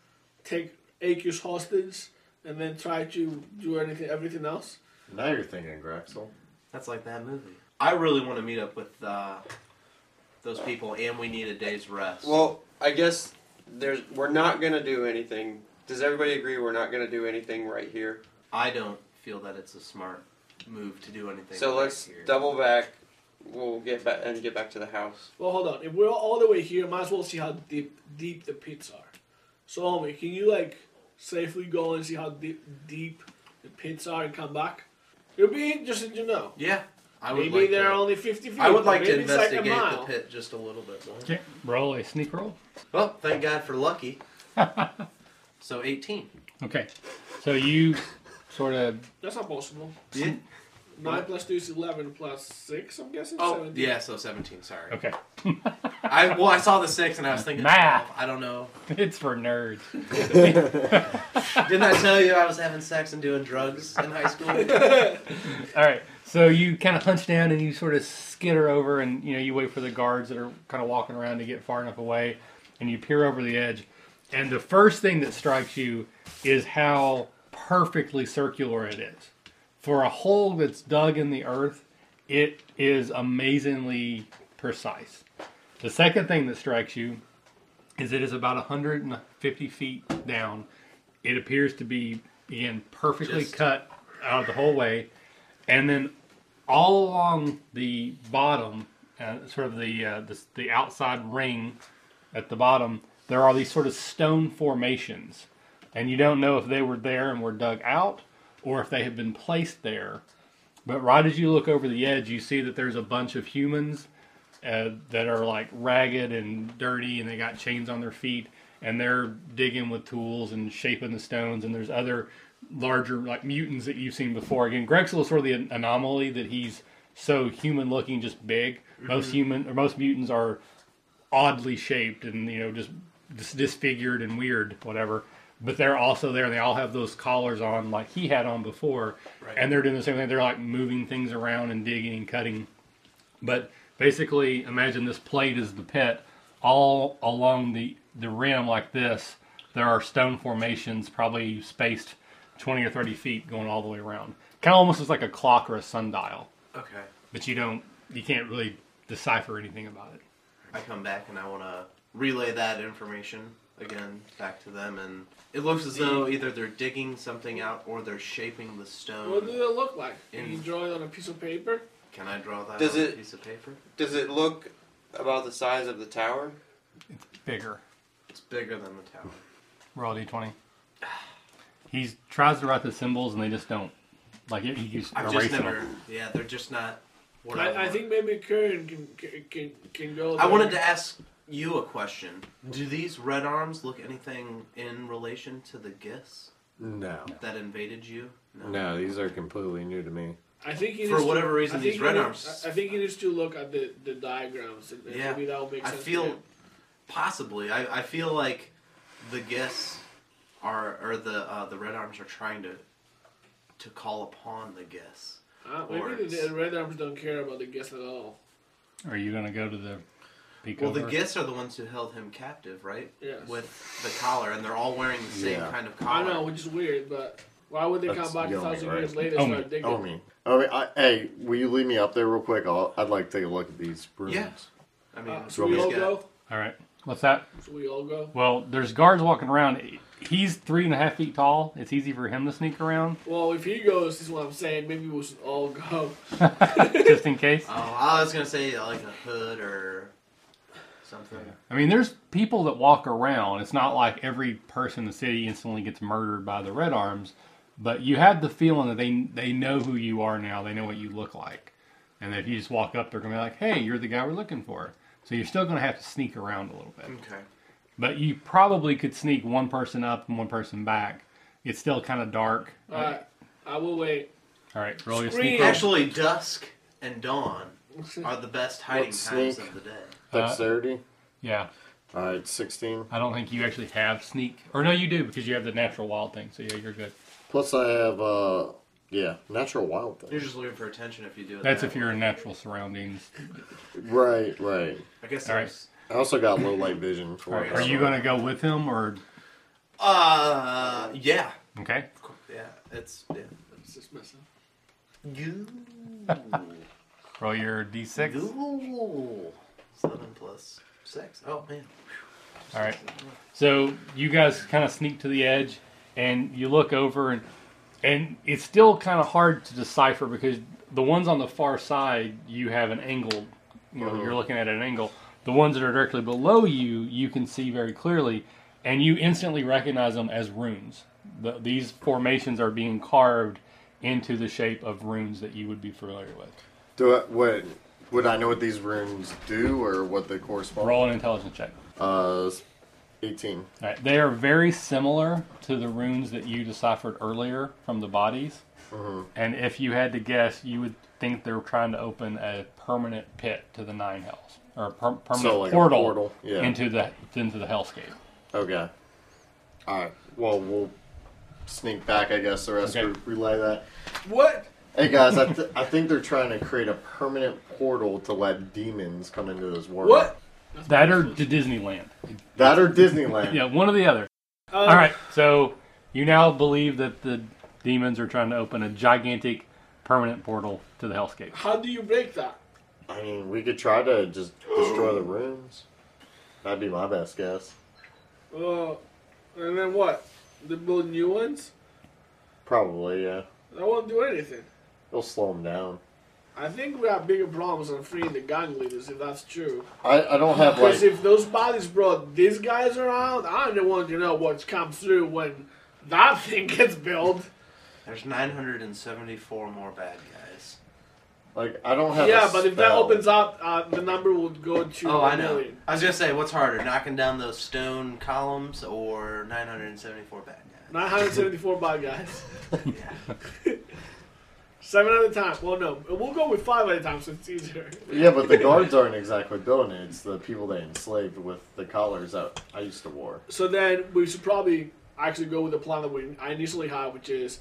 Speaker 4: take Acus hostage, and then try to do anything, everything else?
Speaker 5: Now you're thinking, Graxel.
Speaker 3: That's like that movie. I really want to meet up with uh, those people, and we need a day's rest.
Speaker 6: Well, I guess there's we're not gonna do anything. Does everybody agree we're not gonna do anything right here?
Speaker 3: I don't feel that it's a smart move to do anything.
Speaker 6: so
Speaker 3: right
Speaker 6: let's
Speaker 3: here.
Speaker 6: double back. We'll get back and get back to the house.
Speaker 4: Well, hold on. If we're all the way here, might as well see how deep deep the pits are. So, homie, can you like safely go and see how deep deep the pits are and come back? it would be interesting to know.
Speaker 3: Yeah, I would
Speaker 4: Maybe
Speaker 3: like
Speaker 4: they're
Speaker 3: to.
Speaker 4: only fifty feet.
Speaker 3: I would like
Speaker 4: or
Speaker 3: to
Speaker 4: maybe it's like a
Speaker 3: investigate
Speaker 4: mile.
Speaker 3: the pit just a little bit more.
Speaker 1: Okay, roll a sneak roll.
Speaker 3: Well, thank God for lucky. so eighteen.
Speaker 1: Okay, so you sort of
Speaker 4: That's not possible.
Speaker 3: Yeah.
Speaker 4: Nine plus two is eleven plus six. I'm guessing.
Speaker 3: Oh,
Speaker 4: 17.
Speaker 3: yeah. So seventeen. Sorry.
Speaker 1: okay.
Speaker 3: I well, I saw the six and I was thinking,
Speaker 1: Math.
Speaker 3: "Oh, I don't know.
Speaker 1: It's for nerds.
Speaker 3: Didn't I tell you I was having sex and doing drugs in high school?
Speaker 1: All right. So you kind of hunch down and you sort of skitter over, and you know you wait for the guards that are kind of walking around to get far enough away, and you peer over the edge, and the first thing that strikes you is how perfectly circular it is. For a hole that's dug in the earth, it is amazingly precise. The second thing that strikes you is it is about 150 feet down. It appears to be again perfectly
Speaker 3: Just-
Speaker 1: cut out the whole way, and then all along the bottom, uh, sort of the, uh, the the outside ring at the bottom, there are these sort of stone formations, and you don't know if they were there and were dug out or if they have been placed there. But right as you look over the edge, you see that there's a bunch of humans uh, that are like ragged and dirty, and they got chains on their feet, and they're digging with tools and shaping the stones. And there's other larger like mutants that you've seen before. Again, Grexel is sort of the an- anomaly that he's so human looking, just big. Most human or most mutants are oddly shaped and you know just dis- disfigured and weird, whatever. But they're also there, and they all have those collars on, like he had on before, and they're doing the same thing. They're like moving things around and digging and cutting. But basically, imagine this plate is the pit. All along the, the rim, like this, there are stone formations, probably spaced 20 or 30 feet, going all the way around. Kind of almost as like a clock or a sundial,
Speaker 3: okay.
Speaker 1: but you don't, you can't really decipher anything about it.
Speaker 3: I come back and I want to relay that information again back to them, and it looks as though either they're digging something out or they're shaping the
Speaker 4: What do they
Speaker 3: stone.
Speaker 4: look like? Can
Speaker 3: In-
Speaker 4: you draw it on a piece of paper?
Speaker 3: Can I draw that
Speaker 6: Does
Speaker 3: on a
Speaker 6: it-
Speaker 3: piece of paper?
Speaker 6: Does it look about the size of the tower?
Speaker 1: Bigger.
Speaker 3: It's bigger than the tower.
Speaker 1: Roll a d20. He tries to write the symbols and they just don't. Like, he he keeps
Speaker 3: I've just
Speaker 1: erasing
Speaker 3: never.
Speaker 1: them.
Speaker 3: Yeah, they're just not. What I,
Speaker 4: I, I
Speaker 3: want.
Speaker 4: think maybe Karen can can can, can go.
Speaker 3: I
Speaker 4: there.
Speaker 3: wanted to ask you a question. Do these red arms look anything in relation to the Gis
Speaker 5: No.
Speaker 3: that invaded you?
Speaker 5: No, these are completely new to me.
Speaker 4: I think he
Speaker 3: For
Speaker 4: needs to-
Speaker 3: whatever reason,
Speaker 4: I think
Speaker 3: these
Speaker 4: he
Speaker 3: red
Speaker 4: need-
Speaker 3: arms-
Speaker 4: I I think he needs to look at the, the diagrams. And and
Speaker 3: Yeah.
Speaker 4: Maybe that will make
Speaker 3: I
Speaker 4: sense. to
Speaker 3: feel
Speaker 4: him.
Speaker 3: possibly. I, I feel like the Gis are or the uh, the Red Arms are trying to to call upon the Gis.
Speaker 4: Uh, maybe
Speaker 3: words.
Speaker 4: the, the red arms don't care about the guess at all.
Speaker 1: Are you going to go to the peak
Speaker 3: Well, the
Speaker 1: over?
Speaker 3: Gis are the ones who held him captive, right?
Speaker 4: Yes.
Speaker 3: With the collar, and they're all wearing the same
Speaker 5: Yeah.
Speaker 3: kind of
Speaker 4: I
Speaker 3: collar.
Speaker 4: know, which is weird, but why would they
Speaker 5: That's
Speaker 4: come back a
Speaker 5: Yomi,
Speaker 4: thousand
Speaker 5: right?
Speaker 4: years later
Speaker 1: Omi.
Speaker 4: and start digging?
Speaker 5: Oh me. Oh, I, I, hey, will you leave me up there real quick? I'll, I'd like to take a look at these rooms.
Speaker 3: Yeah. I mean,
Speaker 4: Uh, so we
Speaker 5: Yomi.
Speaker 4: all
Speaker 3: he's got-
Speaker 4: go.
Speaker 1: All right. What's that?
Speaker 4: So we all go.
Speaker 1: Well, there's guards walking around. He's three and a half feet tall. It's easy for him to sneak around,
Speaker 4: Well, if he goes, is what I'm saying. Maybe we should all go.
Speaker 1: just in case.
Speaker 3: Oh, I was gonna say like a hood or something.
Speaker 1: I mean, there's people that walk around. It's not like every person in the city instantly gets murdered by the Red Arms, but you have the feeling that they they know who you are now. They know what you look like, and if you just walk up, they're gonna be like, "Hey, you're the guy we're looking for." So you're still gonna have to sneak around a little bit.
Speaker 3: Okay.
Speaker 1: But you probably could sneak one person up and one person back. It's still kind of dark.
Speaker 4: All right, I will wait.
Speaker 1: All right, roll your
Speaker 4: Scream.
Speaker 1: sneak. roll.
Speaker 3: Actually, dusk and dawn are the best hiding
Speaker 5: Let's
Speaker 3: times
Speaker 5: sneak.
Speaker 3: of the day.
Speaker 5: Dexterity?
Speaker 1: Yeah.
Speaker 5: All right, 16.
Speaker 1: I don't think you actually have sneak, or no, you do because you have the natural wild thing. So yeah, you're good.
Speaker 5: Plus, I have, uh, yeah, natural wild
Speaker 3: You're
Speaker 5: thing.
Speaker 3: just looking for attention if you do it.
Speaker 1: That's
Speaker 3: that
Speaker 1: if you're
Speaker 3: way.
Speaker 1: in natural surroundings.
Speaker 5: Right, right.
Speaker 3: I guess
Speaker 1: All right.
Speaker 3: there's
Speaker 5: I also got low light vision for
Speaker 1: All right,
Speaker 5: it.
Speaker 1: are you
Speaker 5: so-
Speaker 1: going to go with him or
Speaker 3: Uh, yeah,
Speaker 1: okay?
Speaker 3: yeah. It's yeah.
Speaker 4: It's just messing.
Speaker 3: You.
Speaker 1: Roll your d6.
Speaker 3: Ooh. Seven plus six. Oh man.
Speaker 1: All right. So you guys kind of sneak to the edge, and you look over, and and it's still kind of hard to decipher because the ones on the far side you have an angle, you know, you're looking at an angle. The ones that are directly below you, you can see very clearly, and you instantly recognize them as runes. The, these formations are being carved into the shape of runes that you would be familiar with.
Speaker 5: Do I, what? Would I know what these runes do or what they correspond?
Speaker 1: Roll an intelligence check.
Speaker 5: Uh, eighteen.
Speaker 1: All right, they are very similar to the runes that you deciphered earlier from the bodies.
Speaker 5: Mm-hmm.
Speaker 1: And if you had to guess, you would think they were trying to open a permanent pit to the nine hells, or a per- permanent
Speaker 5: So, like a
Speaker 1: portal,
Speaker 5: portal, yeah.
Speaker 1: into the into the hellscape.
Speaker 5: Okay. All right. Well, we'll sneak back. I guess the rest
Speaker 1: Okay.
Speaker 5: re- relay that.
Speaker 4: What?
Speaker 5: Hey guys, I, th- I think they're trying to create a permanent portal to let demons come into this world.
Speaker 4: What?
Speaker 1: That or to Disneyland.
Speaker 5: That or Disneyland?
Speaker 1: Yeah, one or the other.
Speaker 4: Uh,
Speaker 1: All right, so you now believe that the demons are trying to open a gigantic permanent portal to the hellscape.
Speaker 4: How do you break that?
Speaker 5: I mean, we could try to just destroy the rooms. That'd be my best guess.
Speaker 4: Uh, and then what? They build new ones?
Speaker 5: Probably, yeah.
Speaker 4: That won't do anything.
Speaker 5: It'll slow them down.
Speaker 4: I think we have bigger problems on freeing the gang leaders if that's true.
Speaker 5: I, I don't have
Speaker 4: Because
Speaker 5: like
Speaker 4: if those bodies brought these guys around, I don't want to know what's come through when that thing gets built.
Speaker 3: There's 974 more bad guys.
Speaker 5: like I don't have.
Speaker 4: yeah,
Speaker 5: a
Speaker 4: but if that
Speaker 5: spell.
Speaker 4: opens up, uh, the number would go to
Speaker 3: Oh,
Speaker 4: a
Speaker 3: I know.
Speaker 4: million.
Speaker 3: I was gonna say, what's harder, knocking down those stone columns or 974 bad guys?
Speaker 4: 974 bad guys.
Speaker 3: yeah.
Speaker 4: Seven at a time. Well, no, we'll go with five at a time, so it's easier.
Speaker 5: Yeah, but the guards aren't exactly building it. It's the people they enslaved with the collars that I used to wear.
Speaker 4: So then we should probably actually go with the plan that we I initially had, which is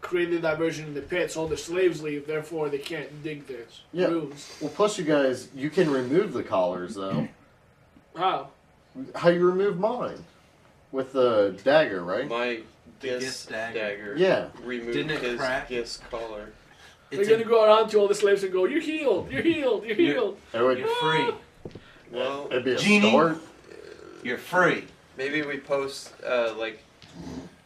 Speaker 4: create the diversion in the pit so all the slaves leave, therefore they can't dig the
Speaker 5: Yeah.
Speaker 4: rooms.
Speaker 5: Well, plus you guys, you can remove the collars though.
Speaker 4: How?
Speaker 5: How you remove mine? With the dagger, right?
Speaker 6: My
Speaker 3: Gis
Speaker 6: gis
Speaker 3: dagger.
Speaker 6: dagger,
Speaker 5: Yeah.
Speaker 6: removed
Speaker 3: Didn't it
Speaker 6: his
Speaker 3: crack?
Speaker 6: gis collar.
Speaker 4: They're
Speaker 3: It's
Speaker 4: going
Speaker 3: a,
Speaker 4: to go around to all the slaves and go, you're healed, you're healed, you're
Speaker 3: Yeah.
Speaker 4: healed.
Speaker 5: It would,
Speaker 3: you're free.
Speaker 6: Well,
Speaker 5: it'd be a
Speaker 3: Genie.
Speaker 5: start.
Speaker 3: You're free.
Speaker 6: maybe we post uh, like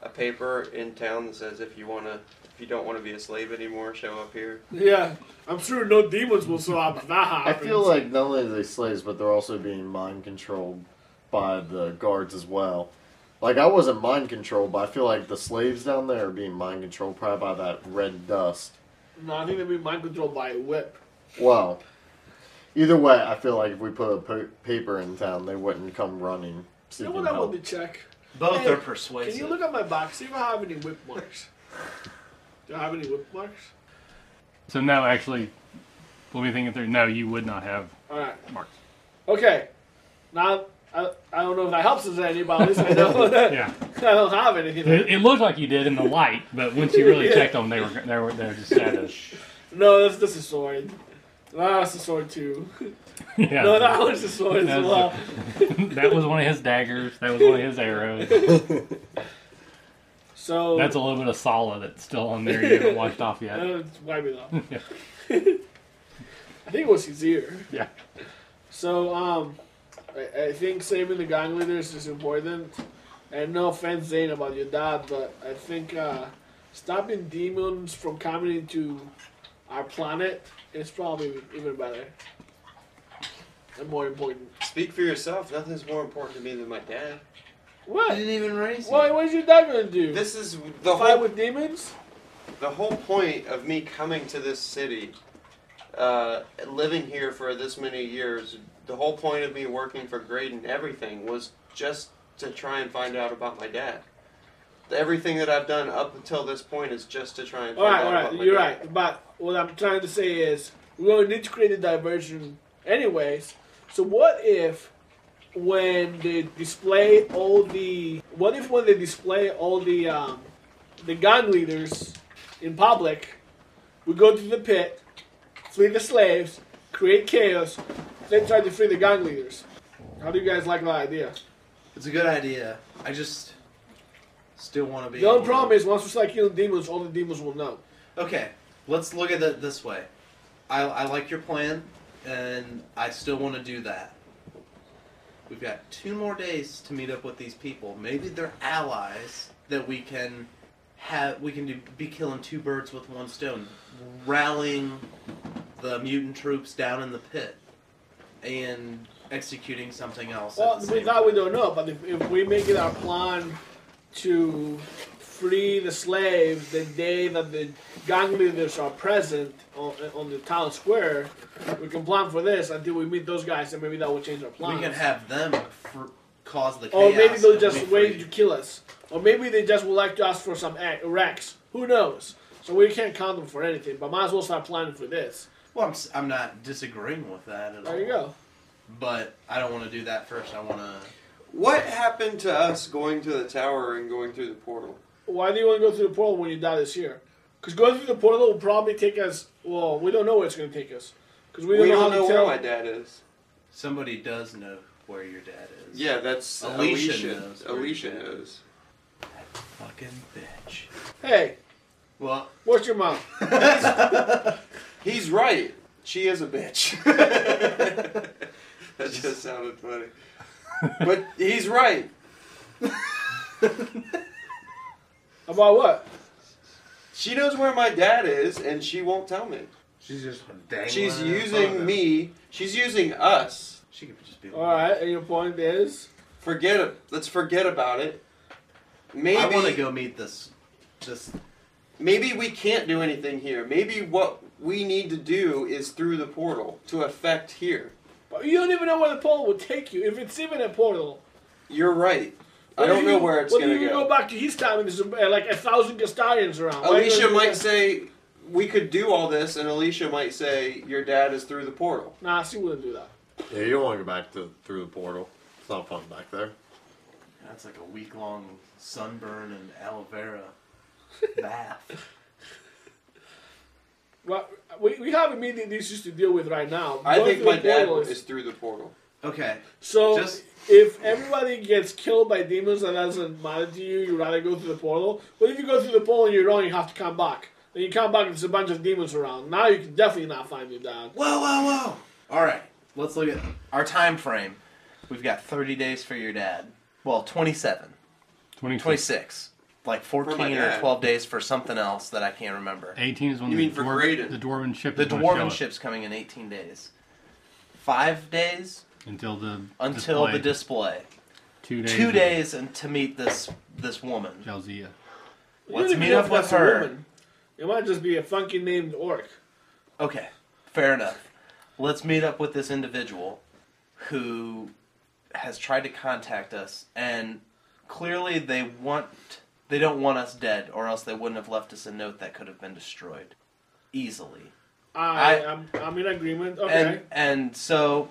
Speaker 6: a paper in town that says if you wanna, if you don't want to be a slave anymore, show up here.
Speaker 4: Yeah, I'm sure no demons will survive if that
Speaker 5: I
Speaker 4: happens.
Speaker 5: feel like not only are they slaves, but they're also being mind controlled by the guards as well. Like I wasn't mind controlled, but I feel like the slaves down there are being mind controlled probably by that red dust.
Speaker 4: No, I think they'd be mind controlled by a whip.
Speaker 5: Well, either way, I feel like if we put a pa- paper in town, they wouldn't come running
Speaker 4: You know
Speaker 5: seeking
Speaker 4: what I want
Speaker 5: help.
Speaker 4: to check?
Speaker 3: Both
Speaker 4: Hey,
Speaker 3: are
Speaker 4: Can
Speaker 3: persuasive.
Speaker 4: you look at my back, see if I have any whip marks? Do I have any whip marks?
Speaker 1: So no, actually, let me think it through. No, you would not have
Speaker 4: Alright.
Speaker 1: marks.
Speaker 4: Okay. Now, I, I don't know if that helps us any, but at least I know that
Speaker 1: Yeah.
Speaker 4: I don't have anything.
Speaker 1: It, it looked like you did in the light, but once you really checked them, they were they were they were just shadows.
Speaker 4: No, that's, that's a sword. No, that's a sword too.
Speaker 1: Yeah.
Speaker 4: No, that one's a sword as
Speaker 1: That's
Speaker 4: well.
Speaker 1: that was one of his daggers. That was one of his arrows.
Speaker 4: So
Speaker 1: That's a little bit of sala that's still on there. You haven't washed off yet.
Speaker 4: Uh, it's wipe it off.
Speaker 1: Yeah.
Speaker 4: I think it was his ear.
Speaker 1: Yeah.
Speaker 4: So um, I, I think saving the gang leaders is important. And no offense, Zane, about your dad, but I think uh, stopping demons from coming into our planet is probably even better and more important.
Speaker 6: Speak for yourself. Nothing's more important to me than my dad.
Speaker 3: I
Speaker 4: What?
Speaker 3: didn't even raise
Speaker 4: Why?
Speaker 3: you.
Speaker 4: What is your dad gonna do?
Speaker 6: This is the
Speaker 4: fight
Speaker 6: whole
Speaker 4: with demons?
Speaker 6: the whole point of me coming to this city, uh, living here for this many years, the whole point of me working for Graydon, everything was just to try and find out about my dad. Everything that I've done up until this point is just to try and
Speaker 4: All
Speaker 6: find
Speaker 4: right,
Speaker 6: out
Speaker 4: all
Speaker 6: about
Speaker 4: right,
Speaker 6: my
Speaker 4: you're
Speaker 6: dad.
Speaker 4: right. But what I'm trying to say is we're going to need to create a diversion, anyways. So what if when they display all the what if when they display all the um, the gang leaders in public, we go to the pit, free the slaves, create chaos, then try to free the gang leaders. How do you guys like that idea?
Speaker 3: It's a good idea. I just still want to be.
Speaker 4: The only
Speaker 3: able
Speaker 4: problem is once we start killing demons, all the demons will know.
Speaker 3: to- okay, let's look at it this way. I, I like your plan, and I still want to do that. We've got two more days to meet up with these people. Maybe they're allies that we can have. We can do, be killing two birds with one stone, rallying the mutant troops down in the pit, and executing something else. at
Speaker 4: Well,
Speaker 3: the
Speaker 4: we,
Speaker 3: same
Speaker 4: that we
Speaker 3: time.
Speaker 4: don't know, but if, if we make it our plan to free the slaves the day that the gang leaders are present on, on the town square, we can plan for this until we meet those guys, and maybe that will change our plans.
Speaker 3: We can have them fr- cause the
Speaker 4: or
Speaker 3: chaos.
Speaker 4: Oh, maybe they'll
Speaker 3: and
Speaker 4: just
Speaker 3: we
Speaker 4: wait
Speaker 3: free-
Speaker 4: to kill us. Or maybe they just would like to ask for some ac- Rex. Who knows? So we can't count them for anything, but might as well start planning for this.
Speaker 3: Well, I'm, s- I'm not disagreeing with that at all.
Speaker 4: There you go.
Speaker 3: But I don't want to do that first. I want to.
Speaker 6: What happened to us going to the tower and going through the portal?
Speaker 4: Why do you want to go through the portal when you die this year? Because going through the portal will probably take us. Well, we don't know where it's going to take us. Because we
Speaker 6: We
Speaker 4: don't
Speaker 6: don't,
Speaker 4: know,
Speaker 6: know
Speaker 4: how
Speaker 6: where
Speaker 4: to
Speaker 6: my
Speaker 4: tell.
Speaker 6: dad is.
Speaker 3: Somebody does know where your dad is.
Speaker 6: Yeah, that's
Speaker 3: Alicia
Speaker 6: Alicia.
Speaker 3: knows
Speaker 6: Knows
Speaker 3: where
Speaker 6: Alicia
Speaker 3: your dad
Speaker 6: knows.
Speaker 3: Fucking bitch.
Speaker 4: Hey,
Speaker 3: Well,
Speaker 4: what's your mom?
Speaker 6: He's right. She is a bitch. that just sounded funny. But he's right.
Speaker 4: About what?
Speaker 6: She knows where my dad is, and she won't tell me.
Speaker 7: She's just dangling.
Speaker 6: She's
Speaker 7: in front of
Speaker 6: using
Speaker 7: him.
Speaker 6: me. She's using us.
Speaker 3: she could just be.
Speaker 4: All right, and your point is
Speaker 6: Forget it. Let's forget about it. Maybe
Speaker 3: I want to go meet this. This.
Speaker 6: maybe we can't do anything here. Maybe what we need to do is through the portal to affect here.
Speaker 4: but you don't even know where the portal would take you if it's even a portal.
Speaker 6: You're right. I
Speaker 4: What
Speaker 6: don't
Speaker 4: if
Speaker 6: know
Speaker 4: you-
Speaker 6: where it's
Speaker 4: what
Speaker 6: gonna
Speaker 4: if you
Speaker 6: go.
Speaker 4: go back to his time and there's uh, like a thousand Gastarians around? Why
Speaker 6: Alicia
Speaker 4: don't you-
Speaker 6: might say we could do all this, and Alicia might say your dad is through the portal.
Speaker 4: Nah, she wouldn't do that.
Speaker 5: Yeah, you don't want to go back to through the portal. It's not fun back there.
Speaker 3: That's like a week long sunburn and aloe vera bath.
Speaker 4: Well, we, we have immediate issues to deal with right now.
Speaker 6: I
Speaker 4: Going
Speaker 6: think
Speaker 4: through
Speaker 6: my
Speaker 4: the
Speaker 6: dad
Speaker 4: portal
Speaker 6: is through the portal.
Speaker 3: Okay.
Speaker 4: So
Speaker 3: Just-
Speaker 4: if everybody gets killed by demons and that doesn't matter to you, you rather go through the portal. But if you go through the portal and you're wrong, you have to come back. Then you come back and there's a bunch of demons around. Now you can definitely not find your dad.
Speaker 3: Whoa, whoa, whoa! All right, let's look at our time frame. We've got 30 days for your dad. Well, 27,
Speaker 1: 26.
Speaker 3: 26, like 14 or
Speaker 6: dad.
Speaker 3: 12 days for something else that I can't remember.
Speaker 1: 18 is when
Speaker 6: You
Speaker 1: the,
Speaker 6: mean for
Speaker 1: dwarven-
Speaker 6: Graydon?
Speaker 1: the dwarven ship
Speaker 3: The
Speaker 1: is gonna show
Speaker 3: dwarven
Speaker 1: up
Speaker 3: ship's coming in 18 days. Five days
Speaker 1: until the
Speaker 3: until the
Speaker 1: display.
Speaker 3: display.
Speaker 1: two days
Speaker 3: Two
Speaker 1: of
Speaker 3: days and to meet this this woman.
Speaker 1: Jalzia.
Speaker 4: You
Speaker 3: Let's
Speaker 4: don't even
Speaker 3: meet
Speaker 4: know
Speaker 3: up
Speaker 4: if
Speaker 3: with
Speaker 4: that's a
Speaker 3: her.
Speaker 4: woman. It might just be a funky named orc.
Speaker 3: Okay, fair enough. Let's meet up with this individual who has tried to contact us, and clearly they want they don't want us dead, or else they wouldn't have left us a note that could have been destroyed easily.
Speaker 4: I,
Speaker 3: I-
Speaker 4: I am I'm in agreement. Okay.
Speaker 3: And and so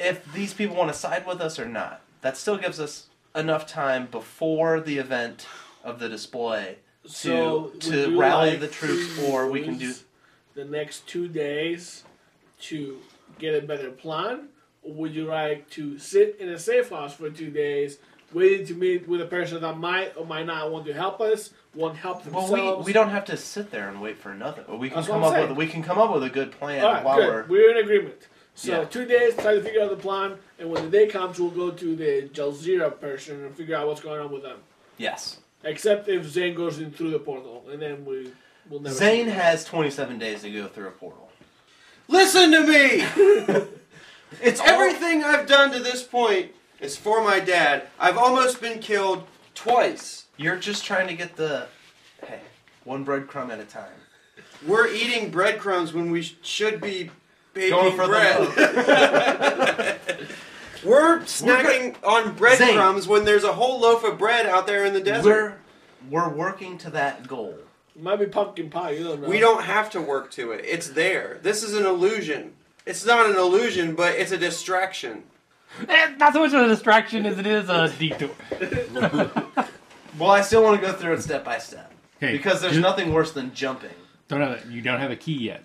Speaker 3: if these people want to side with us or not, that still gives us enough time before the event of the display to
Speaker 4: so would
Speaker 3: to
Speaker 4: you
Speaker 3: rally
Speaker 4: like
Speaker 3: the troops,
Speaker 4: to
Speaker 3: or we can do
Speaker 4: use the next two days to get a better plan. Or would you like to sit in a safe house for two days, waiting to meet with a person that might or might not want to help us, won't help
Speaker 3: Well,
Speaker 4: themselves?
Speaker 3: we, we don't have to sit there and wait for nothing. We can
Speaker 4: That's what
Speaker 3: come
Speaker 4: I'm
Speaker 3: up with
Speaker 4: saying.
Speaker 3: we can come up with a good plan
Speaker 4: All right,
Speaker 3: while
Speaker 4: good.
Speaker 3: we're
Speaker 4: We're in agreement. So
Speaker 3: Yeah.
Speaker 4: two days, try to figure out the plan, and when the day comes, we'll go to the Jalzira person and figure out what's going on with them.
Speaker 3: yes.
Speaker 4: Except if Zane goes in through the portal, and then we will never. see
Speaker 3: Zane
Speaker 4: him.
Speaker 3: has 27 days to go through a portal.
Speaker 6: Listen to me.
Speaker 3: It's
Speaker 6: Everything I've done to this point is for my dad. I've almost been killed twice.
Speaker 3: You're just trying to get the hey one breadcrumb at a time.
Speaker 6: We're eating breadcrumbs when we sh- should be
Speaker 3: Going
Speaker 6: baking
Speaker 3: for the
Speaker 6: bread. We're snacking on breadcrumbs when there's a whole loaf of bread out there in the desert.
Speaker 3: We're we're working to that goal.
Speaker 4: It might be pumpkin pie. You don't know.
Speaker 6: We don't have to work to it. It's there. This is an illusion. It's not an illusion, but it's a distraction.
Speaker 1: It's Eh, not so much of a distraction as it is a detour.
Speaker 3: Well, I still want to go through it step by step
Speaker 1: Okay,
Speaker 3: because there's
Speaker 1: do-
Speaker 3: nothing worse than jumping.
Speaker 1: Don't have a, you don't have a key yet,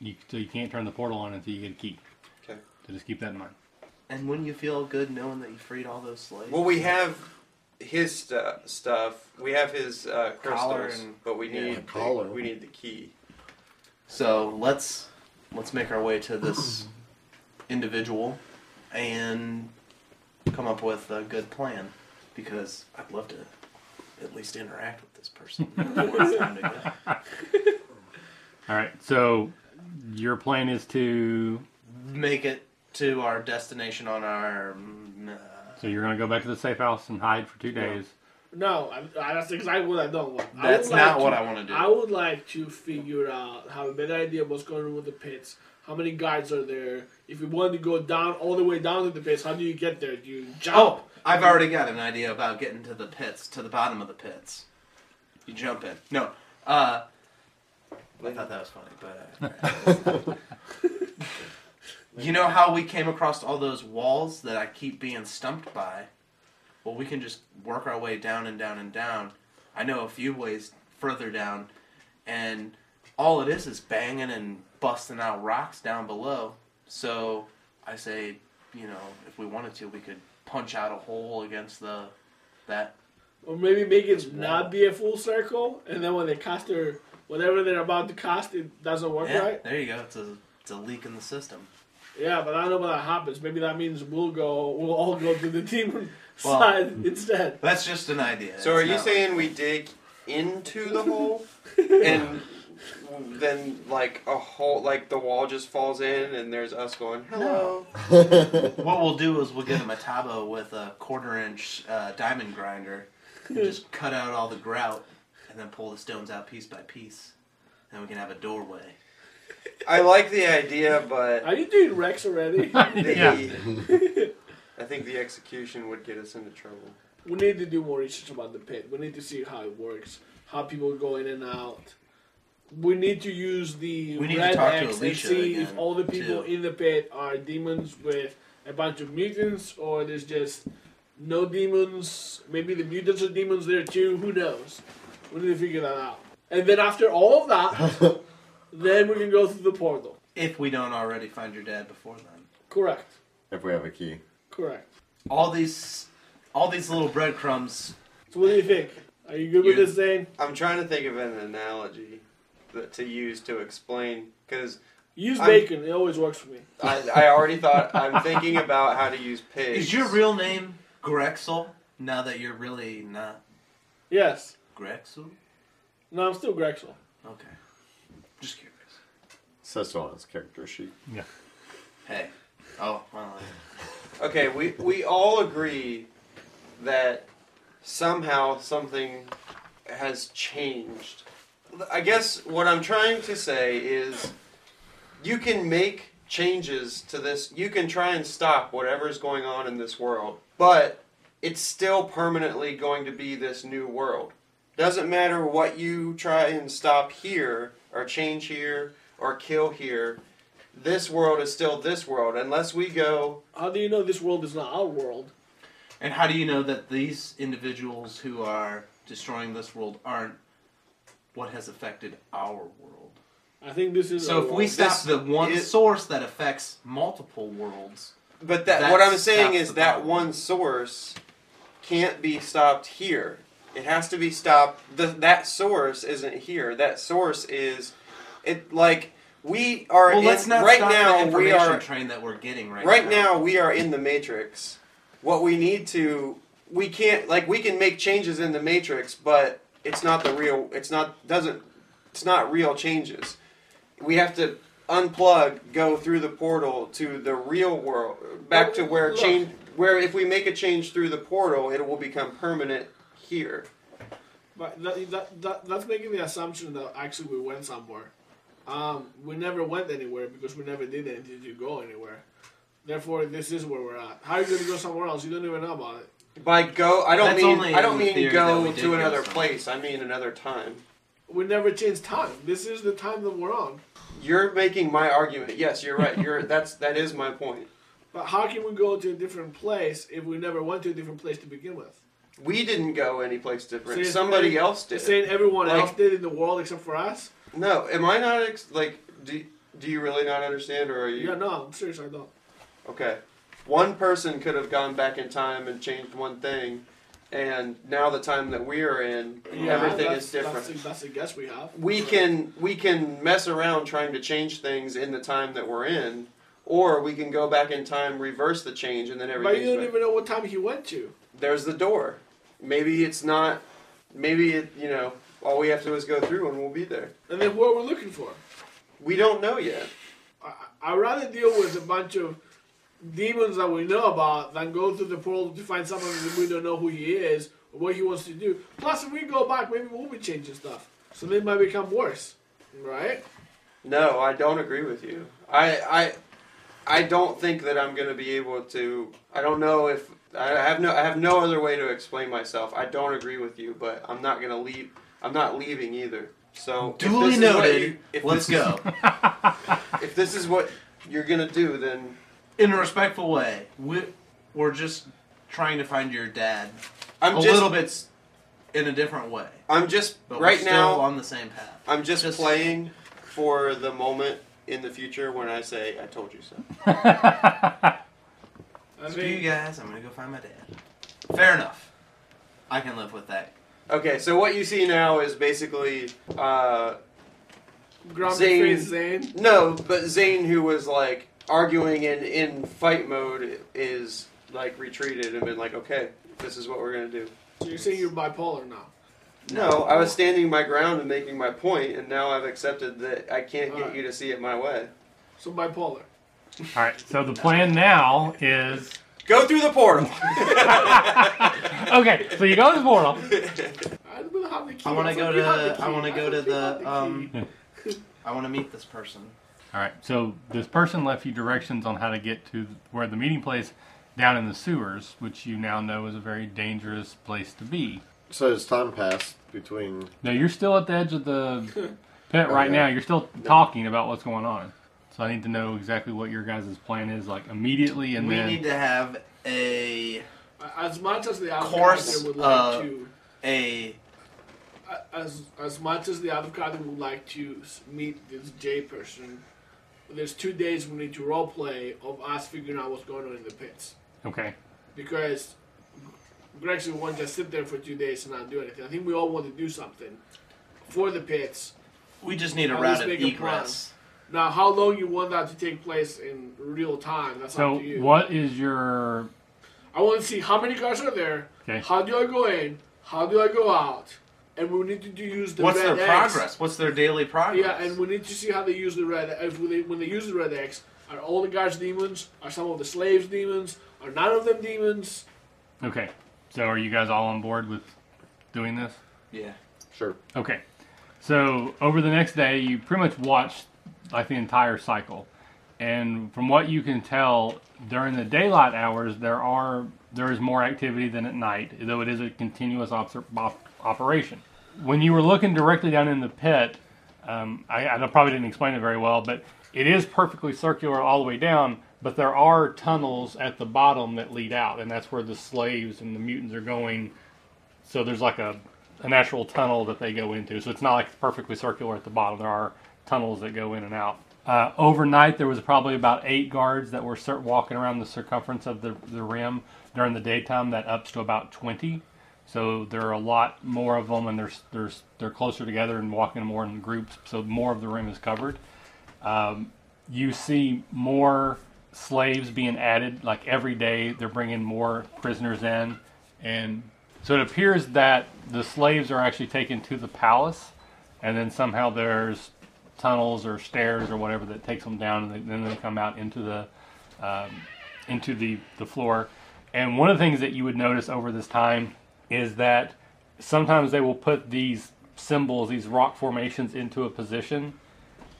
Speaker 1: you, so you can't turn the portal on until you get a key.
Speaker 6: Okay.
Speaker 1: So just keep that in mind.
Speaker 3: And wouldn't you feel good knowing that you freed all those slaves?
Speaker 6: Well, we have his stu- stuff. We have his uh,
Speaker 3: Collar
Speaker 6: crystals,
Speaker 3: and-
Speaker 6: but we
Speaker 3: yeah.
Speaker 6: need
Speaker 5: Collar.
Speaker 6: The, we need the key.
Speaker 3: So let's let's make our way to this individual and come up with a good plan because I'd love to at least interact with this person. before it's time to go.
Speaker 1: All right. So your plan is to
Speaker 3: Make it to our destination on our. mm, uh,
Speaker 1: so you're going to go back to the safe house and hide for two days.
Speaker 4: No, I, I, that's exactly what I don't want. I
Speaker 3: that's
Speaker 4: would
Speaker 3: not
Speaker 4: like
Speaker 3: what
Speaker 4: to-
Speaker 3: I want to do.
Speaker 4: I would like to figure out, have a better idea of what's going on with the pits. How many guards are there? If you wanted to go down all the way down to the pits, how do you get there? Do you jump?
Speaker 3: oh, I've already got an idea about getting to the pits, to the bottom of the pits. You jump in. No. Uh, I thought that was funny, but. uh, you know how we came across all those walls that I keep being stumped by? Well, we can just work our way down and down and down. I know a few ways further down, and all it is is banging and busting out rocks down below. So I say, you know, if we wanted to, we could punch out a hole against the that
Speaker 4: Or maybe make it not be a full circle, and then when they cast their whatever they're about to cast, it doesn't work
Speaker 3: Yeah,
Speaker 4: right.
Speaker 3: there you go. It's a it's a leak in the system.
Speaker 4: Yeah, but I don't know when that happens. Maybe that means we'll go, we'll all go to the demon side instead.
Speaker 3: That's just an idea.
Speaker 6: So are
Speaker 3: It's
Speaker 6: you
Speaker 3: not-
Speaker 6: saying we dig into the hole and then like a hole, like the wall just falls in and there's us going hello?
Speaker 3: what we'll do is we'll get a matabo with a quarter inch uh, diamond grinder and just cut out all the grout and then pull the stones out piece by piece. Then we can have a doorway.
Speaker 6: I like the idea, but
Speaker 4: Are you doing Rex already?
Speaker 6: the,
Speaker 1: yeah.
Speaker 6: I think the execution would get us into trouble.
Speaker 4: we need to do more research about the pit. We need to see how it works, how people go in and out. We need to use the
Speaker 3: We need to
Speaker 4: red
Speaker 3: talk to
Speaker 4: X and
Speaker 3: Alicia
Speaker 4: see if
Speaker 3: again,
Speaker 4: all the people
Speaker 3: too.
Speaker 4: in the pit are demons with a bunch of mutants, or there's just no demons. Maybe the mutants are demons there too. Who knows? We need to figure that out. And then after all of that, then we can go through the portal.
Speaker 3: If we don't already find your dad before then.
Speaker 4: Correct.
Speaker 5: If we have a key.
Speaker 4: Correct.
Speaker 3: All these all these little breadcrumbs
Speaker 4: So what do you think? Are you good with
Speaker 3: You-
Speaker 4: this thing?
Speaker 6: I'm trying to think of an analogy that to use to explain because
Speaker 4: Use
Speaker 6: I'm-
Speaker 4: bacon. It always works for me.
Speaker 6: I, I already thought I'm thinking about how to use pigs.
Speaker 3: Is your real name Grexel? Now that you're really not
Speaker 4: Yes.
Speaker 3: Grexel?
Speaker 4: No, I'm still Grexel.
Speaker 3: Okay. Just curious.
Speaker 5: Says so on his character sheet.
Speaker 3: Hey. Oh, well,
Speaker 6: okay? We we all agree that somehow something has changed. I guess what I'm trying to say is you can make changes to this. You can try and stop whatever's going on in this world, but it's still permanently going to be this new world. Doesn't matter what you try and stop here, or change here, or kill here, this world is still this world. Unless we go,
Speaker 4: How do you know this world is not our world?
Speaker 3: And how do you know that these individuals who are destroying this world aren't what has affected our world?
Speaker 4: I think this is.
Speaker 3: So
Speaker 4: our
Speaker 3: if we
Speaker 4: world.
Speaker 3: stop
Speaker 6: This
Speaker 3: the one
Speaker 6: is-
Speaker 3: source that affects multiple worlds,
Speaker 6: but that what I'm
Speaker 3: That's-
Speaker 6: saying
Speaker 3: that's
Speaker 6: is
Speaker 3: the
Speaker 6: that
Speaker 3: problem.
Speaker 6: one source can't be stopped here. It has to be stopped. The, that source isn't here. That source is, it like we are
Speaker 3: well,
Speaker 6: in-
Speaker 3: let's not
Speaker 6: right
Speaker 3: stop
Speaker 6: now.
Speaker 3: the
Speaker 6: we
Speaker 3: information
Speaker 6: are
Speaker 3: train that we're getting right,
Speaker 6: right now we are in the matrix what we need to we can't like we can make changes in the matrix but it's not the real it's not doesn't it's not real changes we have to unplug go through the portal to the real world back to where
Speaker 4: Look.
Speaker 6: change where if we make a change through the portal it will become permanent here
Speaker 4: But that, that, that, that's making the assumption that actually we went somewhere. Um, we never went anywhere because we never did anything to go anywhere. Therefore, this is where we're at. How are you going to go somewhere else? You don't even know about it.
Speaker 6: by go i don't
Speaker 3: That's
Speaker 6: mean
Speaker 3: only
Speaker 6: i don't
Speaker 3: in theory that we
Speaker 6: mean go
Speaker 3: did
Speaker 6: to
Speaker 3: go
Speaker 6: another
Speaker 3: somewhere.
Speaker 6: place i mean another time
Speaker 4: We never changed time. This is the time that we're on.
Speaker 6: you're making my argument yes you're right you're that's that is my point
Speaker 4: But how can we go to a different place if we never went to a different place to begin with?
Speaker 6: We didn't go anyplace different.
Speaker 4: Say-
Speaker 6: Somebody else
Speaker 4: They're
Speaker 6: did.
Speaker 4: saying everyone
Speaker 6: Like-
Speaker 4: else did in the world except for us?
Speaker 6: no, am I not ex- like? Do do you really not understand, or are you
Speaker 4: Yeah, no, I'm serious, I don't.
Speaker 6: okay? one person could have gone back in time and changed one thing, and now the time that we are in,
Speaker 4: Yeah,
Speaker 6: everything
Speaker 4: that's-
Speaker 6: is different.
Speaker 4: That's, that's a guess we have.
Speaker 6: we can we can mess around trying to change things in the time that we're in, or we can go back in time, reverse the change, and then
Speaker 4: But
Speaker 6: everything's.
Speaker 4: you don't
Speaker 6: back-
Speaker 4: even know what time he went to.
Speaker 6: There's the door. Maybe it's not. Maybe it. You know, all we have to do is go through, and we'll be there.
Speaker 4: And then what we're looking for.
Speaker 6: We don't know yet.
Speaker 4: I, I'd rather deal with a bunch of demons that we know about than go through the portal to find someone that we don't know who he is or what he wants to do. Plus, if we go back, maybe we'll be changing stuff. So they might become worse. Right?
Speaker 6: No, I don't agree with you. I I I don't think that I'm going to be able to. I don't know if I have no I have no other way to explain myself. I don't agree with you, but I'm not going to leave. I'm not leaving either. So if
Speaker 3: Duly
Speaker 6: this is what
Speaker 3: noted.
Speaker 6: you- if
Speaker 3: Let's
Speaker 6: this-
Speaker 3: go.
Speaker 6: If this is what you're going to do, then
Speaker 3: In a respectful way, we, we're just trying to find your dad
Speaker 6: I'm
Speaker 3: a
Speaker 6: just
Speaker 3: little bit s- in a different way.
Speaker 6: I'm just
Speaker 3: But
Speaker 6: right
Speaker 3: we're still
Speaker 6: now
Speaker 3: on the same path.
Speaker 6: I'm just,
Speaker 3: Just-
Speaker 6: playing for the moment in the future when I say I told you so.
Speaker 4: I
Speaker 3: Screw you
Speaker 4: mean,
Speaker 3: guys, I'm gonna go find my dad. Fair enough. I can live with that.
Speaker 6: Okay, so what you see now is basically uh,
Speaker 4: Grumpy
Speaker 6: Zane.
Speaker 4: Face Zane.
Speaker 6: no, but Zane who was like arguing in in fight mode is like retreated and been like, okay, this is what we're gonna do.
Speaker 4: So you're saying you're bipolar now.
Speaker 6: No, I was standing my ground and making my point, and now I've accepted that I can't get you to see it my way.
Speaker 4: So bipolar.
Speaker 1: All right. So the plan now is
Speaker 6: Go through the portal.
Speaker 1: okay. So you go to the portal.
Speaker 4: I don't have the key.
Speaker 7: I wanna
Speaker 4: thought
Speaker 7: go
Speaker 4: you had the
Speaker 7: to- I
Speaker 4: key.
Speaker 7: wanna go
Speaker 4: thought
Speaker 7: to
Speaker 4: you
Speaker 7: the,
Speaker 4: had key.
Speaker 7: um, I want to meet this person.
Speaker 1: All right. So this person left you directions on how to get to where the meeting place down in the sewers, which you now know is a very dangerous place to be.
Speaker 5: So as time passed between
Speaker 1: No, you're still at the edge of the pit right
Speaker 5: Okay.
Speaker 1: now. You're still talking about what's going on. So I need to know exactly what your guys' plan is, like immediately, and
Speaker 7: we
Speaker 1: then
Speaker 7: need to have a
Speaker 4: As much as the out of
Speaker 7: Course,
Speaker 4: character would like
Speaker 7: uh,
Speaker 4: to,
Speaker 7: a
Speaker 4: as as much as the out of character would like to s- meet this J person, there's two days we need to roleplay of us figuring out what's going on in the pits
Speaker 1: okay,
Speaker 4: because Gregson won't just sit there for two days and not do anything. I think we all want to do something for the pits.
Speaker 7: we just need a
Speaker 4: At
Speaker 7: route
Speaker 4: least
Speaker 7: of
Speaker 4: make a
Speaker 7: egress.
Speaker 4: Now, how long you want that to take place in real time? That's
Speaker 1: so
Speaker 4: up to you.
Speaker 1: what is your
Speaker 4: I want to see how many cars are there.
Speaker 1: Okay.
Speaker 4: How do I go in? How do I go out? And we need to do, use the
Speaker 7: What's their
Speaker 4: red X.
Speaker 7: progress? What's their daily progress?
Speaker 4: Yeah, and we need to see how they use the red. uh, If they, when they use the red X, are all the guards demons? Are some of the slaves demons? Are none of them demons?
Speaker 1: okay? So are you guys all on board with doing this?
Speaker 7: yeah.
Speaker 5: sure.
Speaker 1: Okay. So over the next day, you pretty much watched like the entire cycle, and from what you can tell, during the daylight hours, there are there is more activity than at night, though it is a continuous obser- op- operation. When you were looking directly down in the pit, um, I, I probably didn't explain it very well, but it is perfectly circular all the way down. But there are tunnels at the bottom that lead out, and that's where the slaves and the mutants are going so there's like a, an actual tunnel that they go into. So it's not like perfectly circular at the bottom. There are tunnels that go in and out. Uh, overnight, there was probably about eight guards that were cir- walking around the circumference of the, the rim. During the daytime, that ups to about 20. So there are a lot more of them, and they're, s- they're, s- they're closer together and walking more in groups. So more of the rim is covered you see more slaves being added like every day they're bringing more prisoners in and so it appears that the slaves are actually taken to the palace and then somehow there's tunnels or stairs or whatever that takes them down and then they come out into the um, into the, the floor and one of the things that you would notice over this time is that sometimes they will put these symbols these rock formations into a position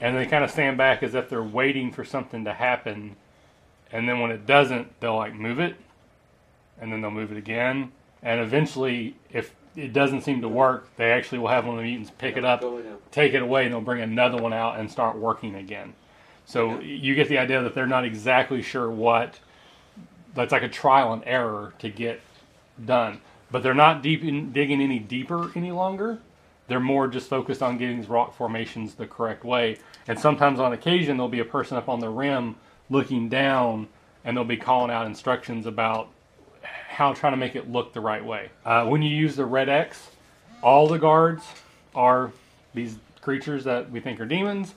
Speaker 1: and they kind of stand back as if they're waiting for something to happen and then when it doesn't they'll like move it and then they'll move it again and eventually if it doesn't seem to work they actually will have one of the mutants pick it up
Speaker 6: Go now.
Speaker 1: take it away and they'll bring another one out and start working again so you get the idea that they're not exactly sure what that's like a trial and error to get done but they're not deep in, digging any deeper any longer they're more just focused on getting these rock formations the correct way. And sometimes on occasion, there'll be a person up on the rim looking down and they'll be calling out instructions about how trying to make it look the right way. Uh, when you use the red X, all the guards are these creatures that we think are demons.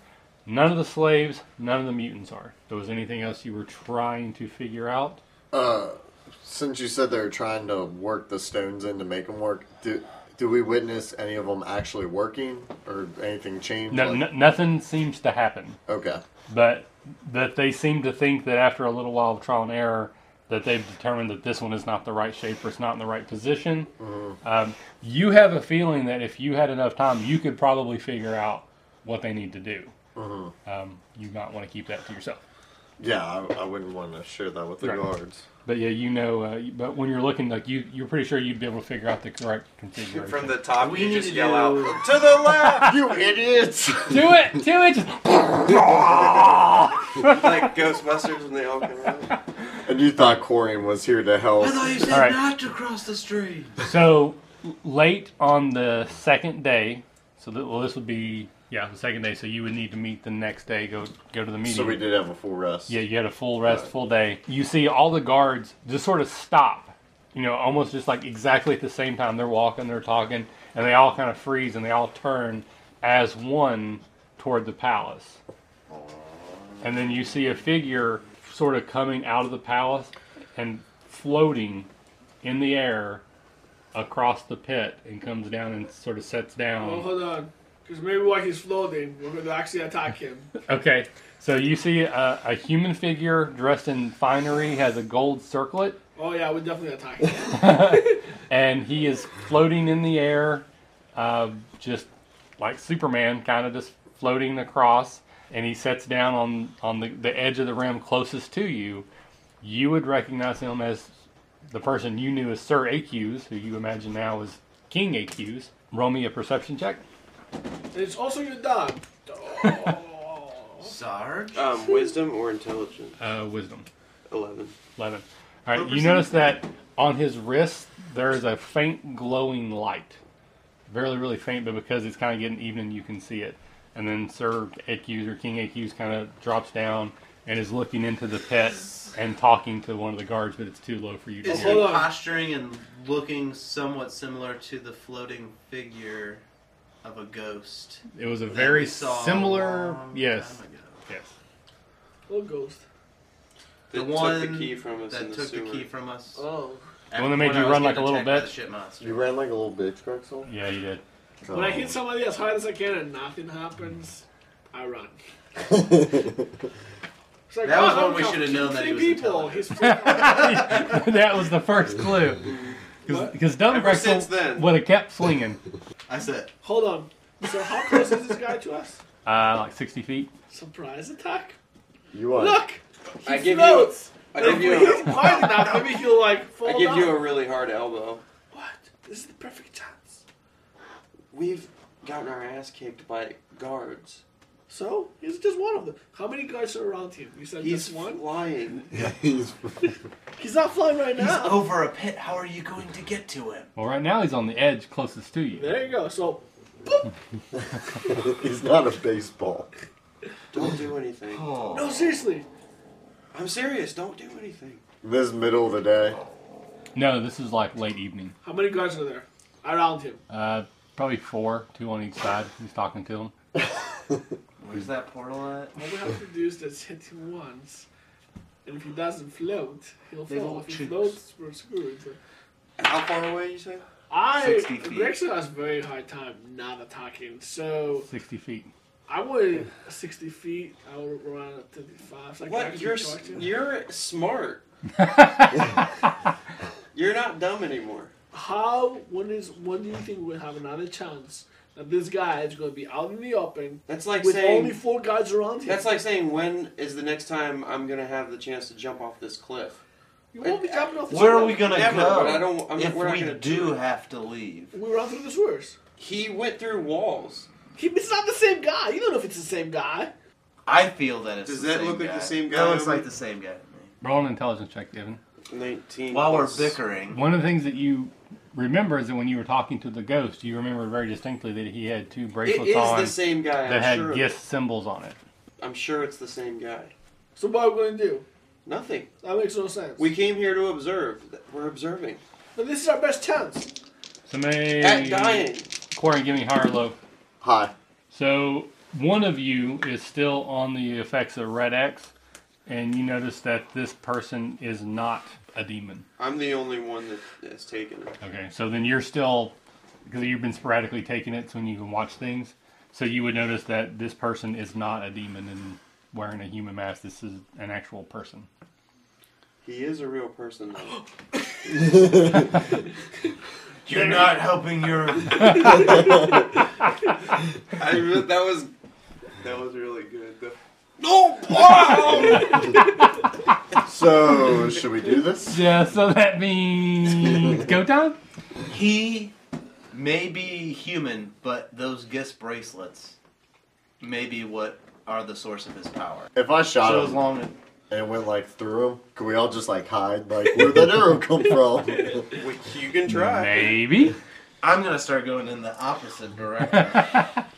Speaker 1: None of the slaves, none of the mutants are. There was anything else you were trying to figure out?
Speaker 5: Since you said they were trying to work the stones in to make them work, do, do we witness any of them actually working or anything change?
Speaker 1: No,
Speaker 5: Like-
Speaker 1: no, nothing seems to happen.
Speaker 5: Okay.
Speaker 1: but that they seem to think that after a little while of trial and error that they've determined that this one is not the right shape or it's not in the right position um, you have a feeling that if you had enough time you could probably figure out what they need to do um, you might want to keep that to yourself
Speaker 5: Yeah, I, I wouldn't want to share that with the
Speaker 1: Right.
Speaker 5: guards.
Speaker 1: but yeah you know uh, but when you're looking like you you're pretty sure you'd be able to figure out the correct configuration
Speaker 6: From the top,
Speaker 3: We
Speaker 6: you
Speaker 3: need
Speaker 6: just
Speaker 3: to
Speaker 6: yell
Speaker 3: do-
Speaker 6: out to the left.
Speaker 5: you idiots!
Speaker 1: do it do it just
Speaker 6: like Ghostbusters when they all come out.
Speaker 5: and you thought Corian was here to help.
Speaker 7: I thought you said
Speaker 1: All right.
Speaker 7: not to cross the street.
Speaker 1: So l- late on the second day, so th well, this would be yeah the second day. So you would need to meet the next day. Go go to the meeting.
Speaker 5: So we did have a full rest.
Speaker 1: Yeah, you had a full rest, full day. You see all the guards just sort of stop. You know, almost just like exactly at the same time they're walking, they're talking, and they all kind of freeze and they all turn as one toward the palace. And then you see a figure sort of coming out of the palace and floating in the air across the pit and comes down and sort of sets down.
Speaker 4: Oh, hold on. Because maybe while he's floating, we're going to actually attack him.
Speaker 1: Okay, so you see a, a human figure dressed in finery, has a gold circlet,
Speaker 4: Oh, yeah, we're definitely attacking him.
Speaker 1: and he is floating in the air, uh, just like Superman, kind of just floating across. And he sets down on on the, the edge of the rim closest to you. You would recognize him as the person you knew as Sir AQs, who you imagine now is King AQs. Roll me a perception check.
Speaker 4: And it's also your dog. Oh.
Speaker 7: Sarge?
Speaker 6: Um, wisdom or intelligence?
Speaker 1: Uh, wisdom.
Speaker 6: Eleven.
Speaker 1: 11. All right, you
Speaker 7: Represent-
Speaker 1: notice that on his wrist there is a faint glowing light. Very, really faint, but because it's kind of getting evening, you can see it. And then Sir AQs or King AQs kind of drops down and is looking into the pit and talking to one of the guards, but it's too low for you to
Speaker 3: Is
Speaker 1: hear.
Speaker 3: he
Speaker 4: Hold on.
Speaker 3: posturing and looking somewhat similar to the floating figure of a ghost?
Speaker 1: It was a
Speaker 3: that
Speaker 1: very
Speaker 3: we saw a
Speaker 1: similar.
Speaker 3: long
Speaker 1: Yes.
Speaker 3: time ago?
Speaker 1: Yes.
Speaker 4: Little ghost.
Speaker 6: They
Speaker 3: The
Speaker 6: took
Speaker 3: one
Speaker 6: the key from us
Speaker 3: that
Speaker 6: in the
Speaker 3: took the
Speaker 6: sewer.
Speaker 3: key from us.
Speaker 4: Oh.
Speaker 1: The one that made
Speaker 3: When
Speaker 1: you
Speaker 3: I was
Speaker 1: run like
Speaker 3: getting
Speaker 1: a little
Speaker 3: attacked by
Speaker 1: bit?
Speaker 3: the shit monster.
Speaker 5: You ran like a little bitch, Grexel?
Speaker 1: Yeah, he did.
Speaker 4: When I
Speaker 3: Oh.
Speaker 4: hit somebody as hard as I can and nothing happens, I run. It's like, "Oh,
Speaker 3: That was
Speaker 4: that
Speaker 3: one we
Speaker 4: counts.
Speaker 3: should have known that he
Speaker 4: Three
Speaker 3: was
Speaker 4: people.
Speaker 3: intelligent.
Speaker 4: He's freaking-
Speaker 1: that was the first clue.
Speaker 4: What?
Speaker 1: Because Dumb
Speaker 6: Ever since then.
Speaker 1: Grexel would have kept swinging.
Speaker 3: I said,
Speaker 4: Hold on. So how close is this guy to us?
Speaker 1: Uh, like 60 feet.
Speaker 4: Surprise attack.
Speaker 5: You are.
Speaker 4: Look,
Speaker 6: I
Speaker 4: he
Speaker 6: give you.
Speaker 4: floats.
Speaker 6: I give
Speaker 4: if we
Speaker 6: you.
Speaker 4: hit him hard enough, maybe he'll like fall
Speaker 6: A, I give
Speaker 4: down.
Speaker 6: you a really hard elbow.
Speaker 4: What? This is the perfect chance.
Speaker 6: We've gotten our ass kicked by guards.
Speaker 4: So he's just one of them. How many guards are around him? You said
Speaker 6: He's
Speaker 4: just one.
Speaker 6: flying.
Speaker 5: He's
Speaker 4: He's not flying right
Speaker 7: He's
Speaker 4: now.
Speaker 7: over a pit. How are you going to get to him?
Speaker 1: Well, right now he's on the edge closest to you.
Speaker 4: There you go. So
Speaker 5: he's not a baseball.
Speaker 6: Don't do anything.
Speaker 3: Oh,
Speaker 4: no, seriously.
Speaker 6: I'm serious. Don't do anything.
Speaker 5: This middle of the day.
Speaker 1: No, this is like late evening.
Speaker 4: How many guards are there around him?
Speaker 1: Uh, probably four, two on each side. He's talking to him.
Speaker 3: "Where's that portal at?"
Speaker 4: All we have to do is just hit him once, and if he doesn't float, he'll
Speaker 3: They
Speaker 4: fall.
Speaker 3: won't
Speaker 4: If he
Speaker 3: choose.
Speaker 4: floats, we're screwed.
Speaker 6: And how far away you say?
Speaker 4: I
Speaker 3: 60 feet.
Speaker 4: Gregson has a very hard time not attacking, so
Speaker 1: 60 feet.
Speaker 4: I would 60 feet. I would run at 35. So I can
Speaker 6: What?
Speaker 4: actually
Speaker 6: You're s-
Speaker 4: charge him.
Speaker 6: you're smart. You're not dumb anymore.
Speaker 4: How? When is? When do you think we'll have another chance that this guy is going to be out in the open
Speaker 6: That's like
Speaker 4: with
Speaker 6: saying.
Speaker 4: only four guards around him?
Speaker 6: that's like saying when is the next time I'm gonna have the chance to jump off this cliff?
Speaker 4: you won't be jumping off. the
Speaker 7: Where are
Speaker 4: sewer.
Speaker 7: we going to
Speaker 6: Never,
Speaker 7: go
Speaker 6: but I don't- I'm not-
Speaker 7: if
Speaker 6: we're not
Speaker 7: we
Speaker 6: gonna do
Speaker 7: do
Speaker 6: it.
Speaker 7: have to leave?
Speaker 4: We run through the sewers.
Speaker 6: He went through walls.
Speaker 4: He, it's not the same guy. You don't know if it's the same guy.
Speaker 7: I feel that it's
Speaker 6: Does
Speaker 7: the
Speaker 6: that
Speaker 7: same
Speaker 6: look like
Speaker 7: guy.
Speaker 6: the same guy
Speaker 7: That looks
Speaker 6: over-
Speaker 7: like the same guy to me.
Speaker 1: Roll an intelligence check, Evan.
Speaker 6: Nineteen.
Speaker 7: While we're
Speaker 6: plus-
Speaker 7: bickering,
Speaker 1: One of the things that you remember is that when you were talking to the ghost, you remember very distinctly that he had two
Speaker 6: It
Speaker 1: bracelets
Speaker 6: is
Speaker 1: on
Speaker 6: the same guy.
Speaker 1: that
Speaker 6: I'm
Speaker 1: had
Speaker 6: sure.
Speaker 1: gift symbols on it.
Speaker 6: I'm sure it's the same guy.
Speaker 4: So what are we going to do?
Speaker 6: Nothing.
Speaker 4: That makes no sense.
Speaker 6: We came here to observe. We're observing.
Speaker 4: but this is our best chance.
Speaker 1: Somebody.
Speaker 6: At dying.
Speaker 1: Corey, give me high or low.
Speaker 5: Hi.
Speaker 1: So one of you is still on the effects of Red X, and you notice that this person is not a demon.
Speaker 6: I'm the only one that has taken it.
Speaker 1: Okay, so then you're still because you've been sporadically taking it, so you can watch things. So you would notice that this person is not a demon and wearing a human mask. This is an actual person.
Speaker 6: He is a real person, though.
Speaker 7: You're not helping your.
Speaker 6: I re- that was that was really good. though.
Speaker 7: No, wow!
Speaker 5: So, should we do this?
Speaker 1: Yeah, so that means go time.
Speaker 3: He may be human, but those Gis bracelets may be what are the source of his power.
Speaker 5: If I shot
Speaker 1: So
Speaker 5: him
Speaker 1: as long as
Speaker 5: and it went like through him, could we all just like hide? Like, where'd that arrow come from?
Speaker 6: Which you can try.
Speaker 1: maybe.
Speaker 3: I'm gonna start going in the opposite direction.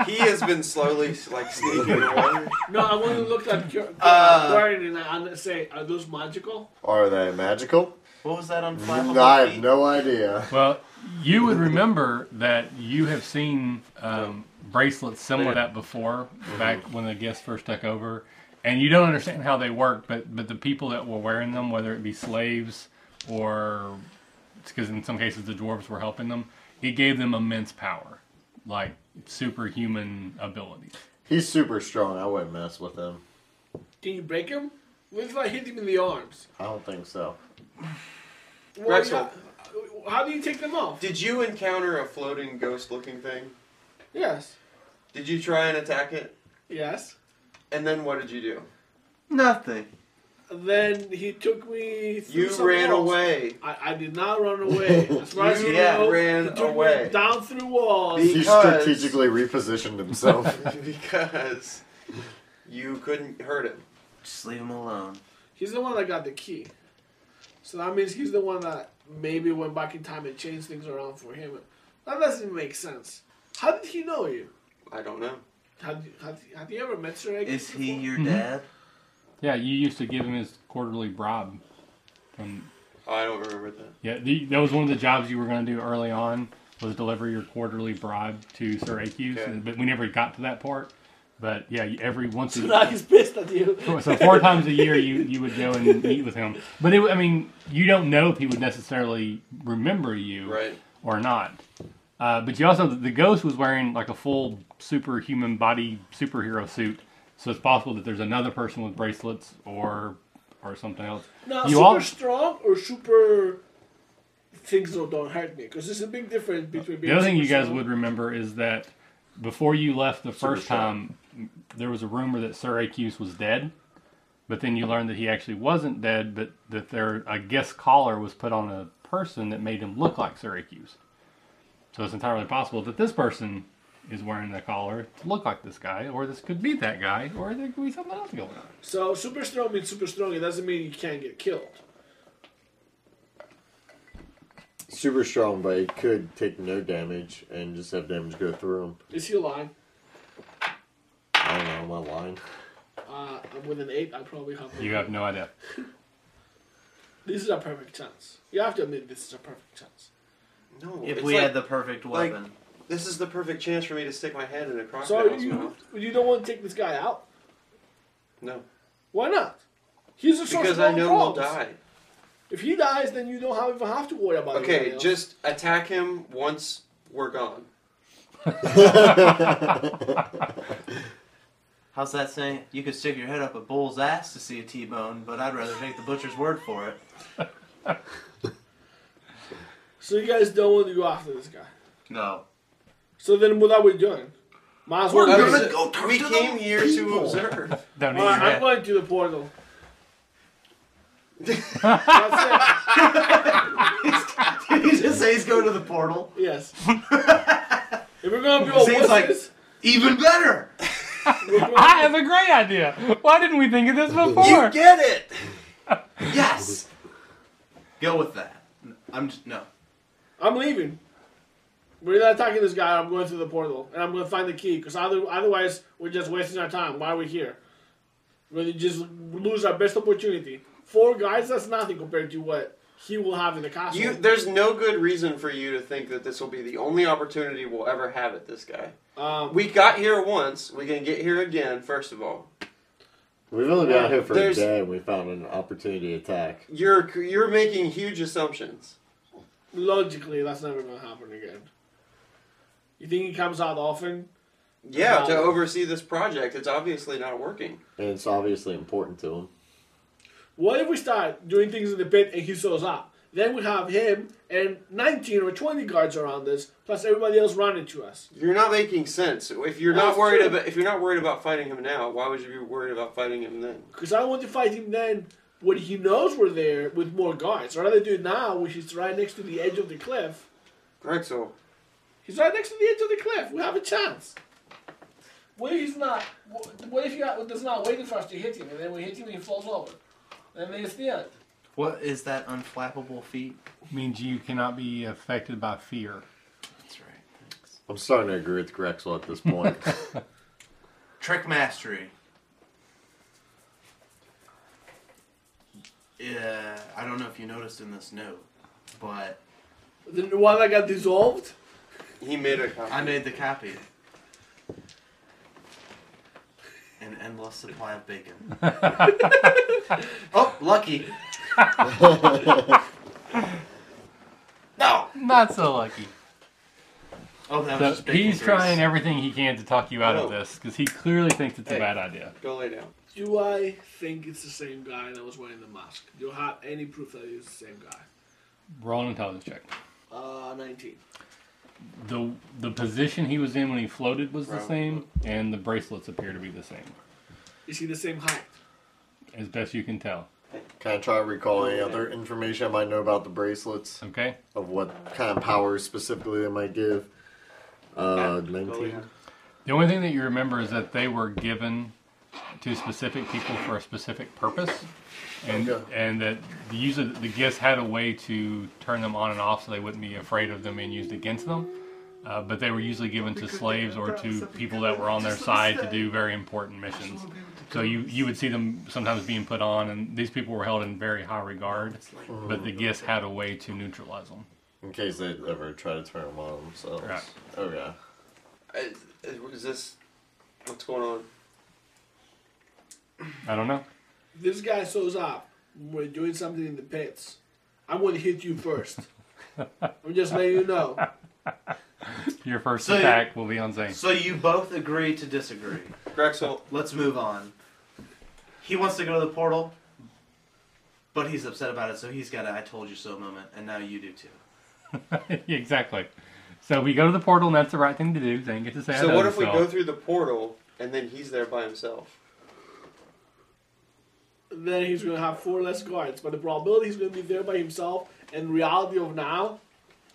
Speaker 6: He has been slowly like sneaking away.
Speaker 4: No, I want to look at your
Speaker 3: Uh,
Speaker 4: Guardian and I- and say, are those magical?
Speaker 5: Are they magical?
Speaker 3: what was that on
Speaker 5: I
Speaker 3: flammable?
Speaker 5: have no idea.
Speaker 1: Well, you would remember that you have seen um, bracelets similar to that before, back when the guests first took over, and you don't understand how they work. But but the people that were wearing them, whether it be slaves or because in some cases the dwarves were helping them, it gave them immense power, like superhuman abilities.
Speaker 5: He's super strong. I wouldn't mess with him.
Speaker 4: Can you break him? What if I hit him in the arms?
Speaker 5: I don't think so.
Speaker 4: Well,
Speaker 6: Rexel.
Speaker 4: yeah, How do you take them off?
Speaker 6: Did you encounter a floating ghost-looking thing?
Speaker 4: Yes.
Speaker 6: Did you try and attack it?
Speaker 4: Yes.
Speaker 6: And then what did you do?
Speaker 3: Nothing.
Speaker 4: Then he took me. Through
Speaker 6: You
Speaker 4: some
Speaker 6: ran
Speaker 4: walls.
Speaker 6: away.
Speaker 4: I, I did not run away. As far as
Speaker 6: You
Speaker 4: you
Speaker 6: yeah,
Speaker 4: know,
Speaker 6: ran
Speaker 4: he took me
Speaker 6: away.
Speaker 4: down through walls.
Speaker 6: The-
Speaker 5: He
Speaker 6: Because-
Speaker 5: strategically repositioned himself.
Speaker 6: because you couldn't hurt him.
Speaker 3: Just leave him alone.
Speaker 4: He's the one that got the key. So that means he's the one that maybe went back in time and changed things around for him. That doesn't make sense. How did he know you?
Speaker 6: I don't know.
Speaker 4: Had, had, had you ever met Shrek?
Speaker 3: Is he
Speaker 4: before?
Speaker 3: your dad?
Speaker 1: Yeah, you used to give him his quarterly bribe from
Speaker 6: I don't remember that.
Speaker 1: Yeah, the, that was one of the jobs you were going to do early on was deliver your quarterly bribe to Syracuse,
Speaker 6: Okay.
Speaker 1: but we never got to that part. But yeah, you- every once
Speaker 4: So now
Speaker 1: a
Speaker 4: he's pissed at you.
Speaker 1: so four times a year you you would go and meet with him. But it, I mean, you don't know if he would necessarily remember you
Speaker 6: Right.
Speaker 1: or not. Uh, but you also the ghost was wearing like a full superhuman body superhero suit, so it's possible that there's another person with bracelets or or something else.
Speaker 4: Now,
Speaker 1: You
Speaker 4: super
Speaker 1: all-
Speaker 4: strong or super things that don't hurt me? Because there's a big difference between being
Speaker 1: The other thing
Speaker 4: super
Speaker 1: you guys
Speaker 4: strong-
Speaker 1: would remember is that before you left the first
Speaker 5: shy.
Speaker 1: time, there was a rumor that Syracuse was dead, but then you learned that he actually wasn't dead, but that there a guest collar was put on a person that made him look like Syracuse. So it's entirely possible that this person is wearing the collar to look like this guy, or this could be that guy, or there could be something else going on.
Speaker 4: So super strong means super strong. It doesn't mean you can't get killed.
Speaker 5: super strong, but he could take no damage and just have damage go through him.
Speaker 4: Is he lying?
Speaker 5: I don't know, am I lying?
Speaker 4: Uh, with an eight, I probably have.
Speaker 1: You have no idea.
Speaker 4: This is a perfect chance. You have to admit this is a perfect chance.
Speaker 6: No.
Speaker 3: If
Speaker 6: it's
Speaker 3: we
Speaker 6: like,
Speaker 3: had the perfect
Speaker 6: like-
Speaker 3: weapon,
Speaker 6: this is the perfect chance for me to stick my head in a
Speaker 4: So
Speaker 6: crocodile's
Speaker 4: you,
Speaker 6: mouth.
Speaker 4: you don't want to take this guy out?
Speaker 6: No.
Speaker 4: Why not? He's a source
Speaker 6: Because
Speaker 4: of all
Speaker 6: I know he'll
Speaker 4: problems.
Speaker 6: die.
Speaker 4: If he dies, then you don't have, even have to worry about anybody
Speaker 6: Okay,
Speaker 4: else.
Speaker 6: just attack him once we're gone.
Speaker 3: how's that saying? You could stick your head up a bull's ass to see a T-bone, but I'd rather take the butcher's word for it.
Speaker 4: So you guys don't want to go after this guy.
Speaker 3: No.
Speaker 4: So then what are we doing? Might as well.
Speaker 6: Okay,
Speaker 4: go-
Speaker 6: so
Speaker 7: go talk
Speaker 6: we
Speaker 7: to
Speaker 6: came
Speaker 7: the
Speaker 6: here to
Speaker 5: people.
Speaker 6: observe.
Speaker 1: Don't need
Speaker 4: All right,
Speaker 1: your
Speaker 4: I'm
Speaker 1: head.
Speaker 4: going to the portal. That's
Speaker 3: Did he just say he's going to the portal?
Speaker 4: it. Yes. if we're gonna be all
Speaker 3: Seems like-
Speaker 4: wusses,
Speaker 3: Even better!
Speaker 4: we're gonna-
Speaker 1: I have a great idea. Why didn't we think of this before?
Speaker 6: You get it!
Speaker 3: Yes! Go with that. I'm just, no.
Speaker 4: I'm leaving. We're not attacking this guy. I'm going through the portal, and I'm going to find the key. Because other, otherwise, we're just wasting our time. Why are we here? We just lose our best opportunity. four guys, that's nothing compared to what he will have in the castle.
Speaker 6: You, there's no good reason for you to think that this will be the only opportunity we'll ever have at this guy.
Speaker 4: um,
Speaker 6: We got here once. We can get here again. First of all,
Speaker 5: We've only been out here for
Speaker 6: There's-
Speaker 5: a day and we found an opportunity attack.
Speaker 6: you're you're making huge assumptions.
Speaker 4: logically, that's never going to happen again. You think he comes out often?
Speaker 6: Yeah, to
Speaker 4: Wow.
Speaker 6: oversee this project, it's obviously not working.
Speaker 5: And it's obviously important to him.
Speaker 4: What if we start doing things in the pit and he shows up? Then we have him and 19 or 20 guards around us, plus everybody else running to us.
Speaker 6: You're not making sense. If you're
Speaker 4: That's
Speaker 6: not worried
Speaker 4: true.
Speaker 6: about if you're not worried about fighting him now, why would you be worried about fighting him then?
Speaker 4: Because I want to fight him then when he knows we're there with more guards. I'd rather do it now when he's right next to the edge of the cliff.
Speaker 6: Grexel,
Speaker 4: He's right next to the edge of the cliff. We have a chance. What if he's not? wh- What if he does not waiting for us to hit him, and then we hit him and he falls over? And then it's the end.
Speaker 3: What is that unflappable feat?
Speaker 1: means you cannot be affected by fear.
Speaker 3: That's right. Thanks.
Speaker 5: I'm starting to agree with Grexel at this point.
Speaker 3: Trick mastery. Yeah, I don't know if you noticed in this note, but
Speaker 4: The one that got dissolved.
Speaker 6: he made a copy.
Speaker 3: I made the copy. An endless supply of bacon. oh, lucky. no.
Speaker 1: Not so lucky.
Speaker 3: Oh,
Speaker 1: So
Speaker 3: that was just bacon.
Speaker 1: he's
Speaker 3: grease.
Speaker 1: trying everything he can to talk you out of
Speaker 6: Hello.
Speaker 1: this because he clearly thinks it's a
Speaker 6: Oh. Hey.
Speaker 1: bad idea.
Speaker 6: Go lay down.
Speaker 4: Do I think it's the same guy that was wearing the mask? Do you have any proof that it's the same guy?
Speaker 1: Roll an intelligence check.
Speaker 4: Uh, 19.
Speaker 1: The the position he was in when he floated was the
Speaker 6: Round.
Speaker 1: same, and the bracelets appear to be the same,
Speaker 4: Is he the same height?
Speaker 1: as best you can tell.
Speaker 5: Can I try to recall any other information I might know about the bracelets?
Speaker 1: Okay.
Speaker 5: Of what kind of powers specifically they might give?
Speaker 1: Oh,
Speaker 5: Uh, 19.
Speaker 1: The only thing that you remember is that they were given to specific people for a specific purpose, and
Speaker 5: Okay.
Speaker 1: and that the user the gifts had a way to turn them on and off so they wouldn't be afraid of them being used against them. Uh, but they were usually given to slaves or to people that were on their side to do very important missions. So you, you would see them sometimes being put on, and these people were held in very high regard. But the gifts had a way to neutralize them.
Speaker 5: In case they ever try to turn them on themselves.
Speaker 1: Right.
Speaker 5: Oh, Okay.
Speaker 6: Is, is this what's going on?
Speaker 1: I don't know.
Speaker 4: This guy shows up. We're doing something in the pits. I'm going to hit you first. I'm just letting you know.
Speaker 1: Your first
Speaker 3: So you-
Speaker 1: attack will be on Zane.
Speaker 3: So you both agree to disagree.
Speaker 6: Grexel,
Speaker 3: Let's move on. He wants to go to the portal, but he's upset about it, so he's got a I told you so moment, and now you do too.
Speaker 1: Yeah, exactly. So we go to the portal, and that's the right thing to do. Zane gets to say I
Speaker 6: so
Speaker 1: know
Speaker 6: what if we
Speaker 1: yourself.
Speaker 6: go through the portal and then he's there by himself?
Speaker 4: Then he's going to have four less guards. But the probability he's going to be there by himself and reality of now,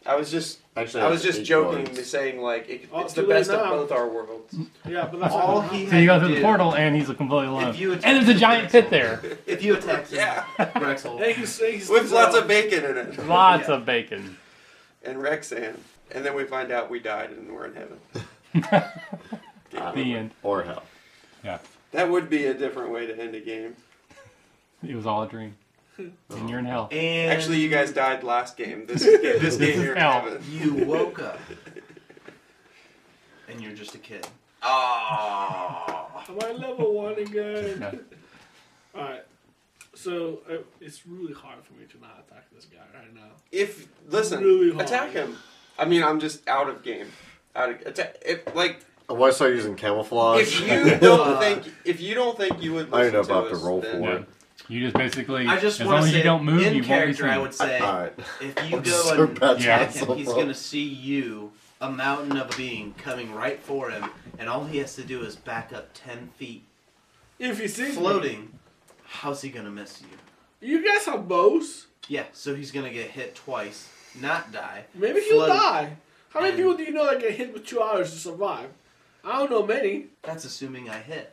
Speaker 6: I was just
Speaker 5: Actually,
Speaker 6: I was just
Speaker 5: eight
Speaker 6: joking,
Speaker 5: guards.
Speaker 6: saying like it,
Speaker 4: Oh,
Speaker 6: it's
Speaker 4: too
Speaker 6: the
Speaker 4: late
Speaker 6: best of
Speaker 4: now.
Speaker 6: both our worlds.
Speaker 4: yeah, but that's
Speaker 3: All
Speaker 4: not gonna
Speaker 3: he
Speaker 1: So you go
Speaker 3: had to
Speaker 1: through the
Speaker 3: do-
Speaker 1: portal, and he's completely alone.
Speaker 3: If you attack
Speaker 1: And there's a giant
Speaker 3: Grexel-
Speaker 1: pit there.
Speaker 3: If you attack him,
Speaker 6: Yeah.
Speaker 3: Grexel.
Speaker 4: happen. Then he's, then he's
Speaker 6: With lots of bacon in it
Speaker 1: Lots
Speaker 3: Yeah.
Speaker 1: of bacon.
Speaker 6: and Rexan, and then we find out we died and we're in heaven.
Speaker 1: The end.
Speaker 5: Or hell.
Speaker 1: Yeah,
Speaker 6: That would be a different way to end a game.
Speaker 1: it was all a dream. And you're in hell.
Speaker 3: And
Speaker 6: Actually, you guys died last game. This is game, this game you're in
Speaker 1: Hell.
Speaker 6: heaven.
Speaker 3: you woke up, and you're just a kid. Oh.
Speaker 4: Am I level one again?
Speaker 1: Yeah.
Speaker 4: Alright. So uh, it's really hard for me to not attack this guy right now.
Speaker 6: If listen,
Speaker 4: Really hard.
Speaker 6: attack him. I mean, I'm just out of game. Out of attack. If like
Speaker 5: I want to Oh, start using camouflage.
Speaker 6: if you don't think if you don't think you would
Speaker 5: I
Speaker 6: listen
Speaker 5: don't know
Speaker 6: to
Speaker 5: if I have to
Speaker 6: us,
Speaker 5: roll
Speaker 6: then-
Speaker 5: for
Speaker 1: Yeah.
Speaker 5: it.
Speaker 1: You just basically,
Speaker 3: I just
Speaker 1: as long
Speaker 3: want to
Speaker 1: as
Speaker 3: say,
Speaker 1: you don't move, you
Speaker 3: in
Speaker 1: won't be
Speaker 3: character,
Speaker 1: seen.
Speaker 3: I would say,
Speaker 5: Alright.
Speaker 3: if you
Speaker 5: I'm
Speaker 3: go
Speaker 5: so
Speaker 3: and
Speaker 5: bad at
Speaker 3: attack
Speaker 5: myself.
Speaker 3: him, he's going to see you, a mountain of a being, coming right for him, and all he has to do is back up 10 feet.
Speaker 4: If he sees me-
Speaker 3: Floating, how's he going to miss you?
Speaker 4: you guys have bows.
Speaker 3: Yeah, so he's going to get hit twice, not die.
Speaker 4: Maybe he'll
Speaker 3: float.
Speaker 4: die. How many
Speaker 3: And-
Speaker 4: people do you know that get hit with two hours to survive? I don't know many.
Speaker 3: That's assuming I hit.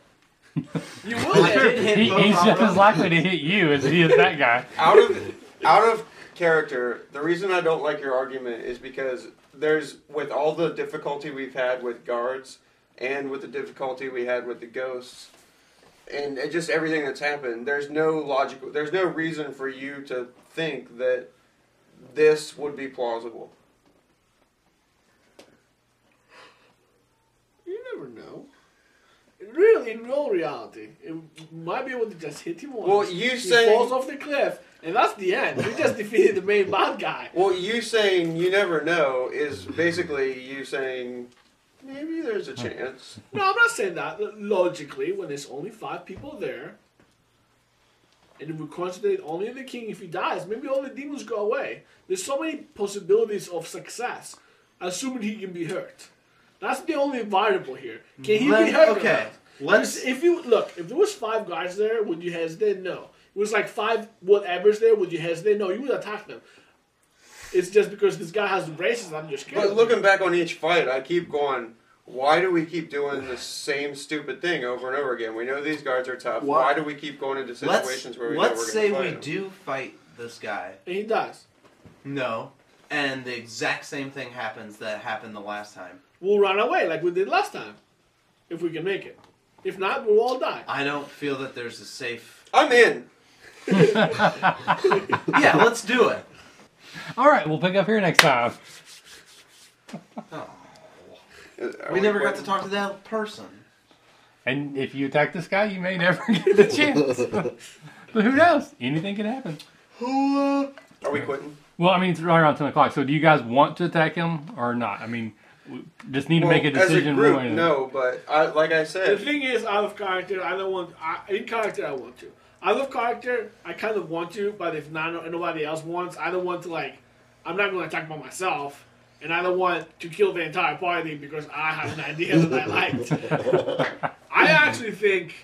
Speaker 4: You
Speaker 3: I
Speaker 4: will.
Speaker 3: did
Speaker 1: He,
Speaker 3: hit both
Speaker 1: he's just
Speaker 3: Robert.
Speaker 1: as likely to hit you as he is that guy.
Speaker 6: out of out of character the reason i don't like your argument is because there's with all the difficulty we've had with guards and with the difficulty we had with the ghosts and it just everything that's happened. There's no logical. There's no reason for you to think that this would be plausible.
Speaker 4: You never know. Really, in real reality, it might be able to just hit him once.
Speaker 6: Well, you
Speaker 4: he
Speaker 6: saying-
Speaker 4: falls off the cliff, and that's the end. We just defeated the main bad guy.
Speaker 6: Well, you saying you never know is basically you saying maybe there's a chance.
Speaker 4: No, I'm not saying that. L- Logically, when there's only five people there, and we concentrate only on the king, if he dies, maybe all the demons go away. There's so many possibilities of success, assuming he can be hurt. That's the only variable here. Can he be
Speaker 3: Let-
Speaker 4: hurt? or
Speaker 3: okay,
Speaker 4: not?
Speaker 3: let's-
Speaker 4: Because If you look, if there was five guys there, would you hesitate? No. It was like five whatever's there. Would you hesitate? No. You would attack them. It's just because this guy has the braces. I'm just scared.
Speaker 6: But looking back on each fight, I keep going. Why do we keep doing the same stupid thing over and over again? We know these guards are tough. Why,
Speaker 3: Why-
Speaker 6: do we keep going into situations
Speaker 3: Let's,
Speaker 6: where we
Speaker 3: let's
Speaker 6: know we're
Speaker 3: say
Speaker 6: going
Speaker 3: we
Speaker 6: to fight
Speaker 3: do fight this guy.
Speaker 4: and he dies.
Speaker 3: No. And the exact same thing happens that happened the last time.
Speaker 4: we'll run away like we did last time, if we can make it. If not, we'll all die.
Speaker 3: I don't feel that there's a safe.
Speaker 6: I'm in.
Speaker 3: Yeah, let's do it.
Speaker 1: All right, we'll pick up here next time.
Speaker 6: Uh, Are
Speaker 3: We never got
Speaker 6: fighting?
Speaker 3: to talk to that person.
Speaker 1: And if you attack this guy, you may never get the chance. but who knows? Anything can happen.
Speaker 6: Who? uh, Are we quitting?
Speaker 1: Well, I mean, it's right around 10 o'clock. So do you guys want to attack him or not? I mean, we just need to make a
Speaker 6: Well,
Speaker 1: decision.
Speaker 6: As a
Speaker 1: one
Speaker 6: group,
Speaker 1: way or the other.
Speaker 6: no, but I, like I
Speaker 4: The
Speaker 6: said,
Speaker 4: thing is, out of character, I don't want. I, in character, I want to. Out of character, I kind of want to, but if not, nobody else wants, I don't want to. Like, I'm not going to attack by myself, and I don't want to kill the entire party because I have an idea that I liked. I actually think,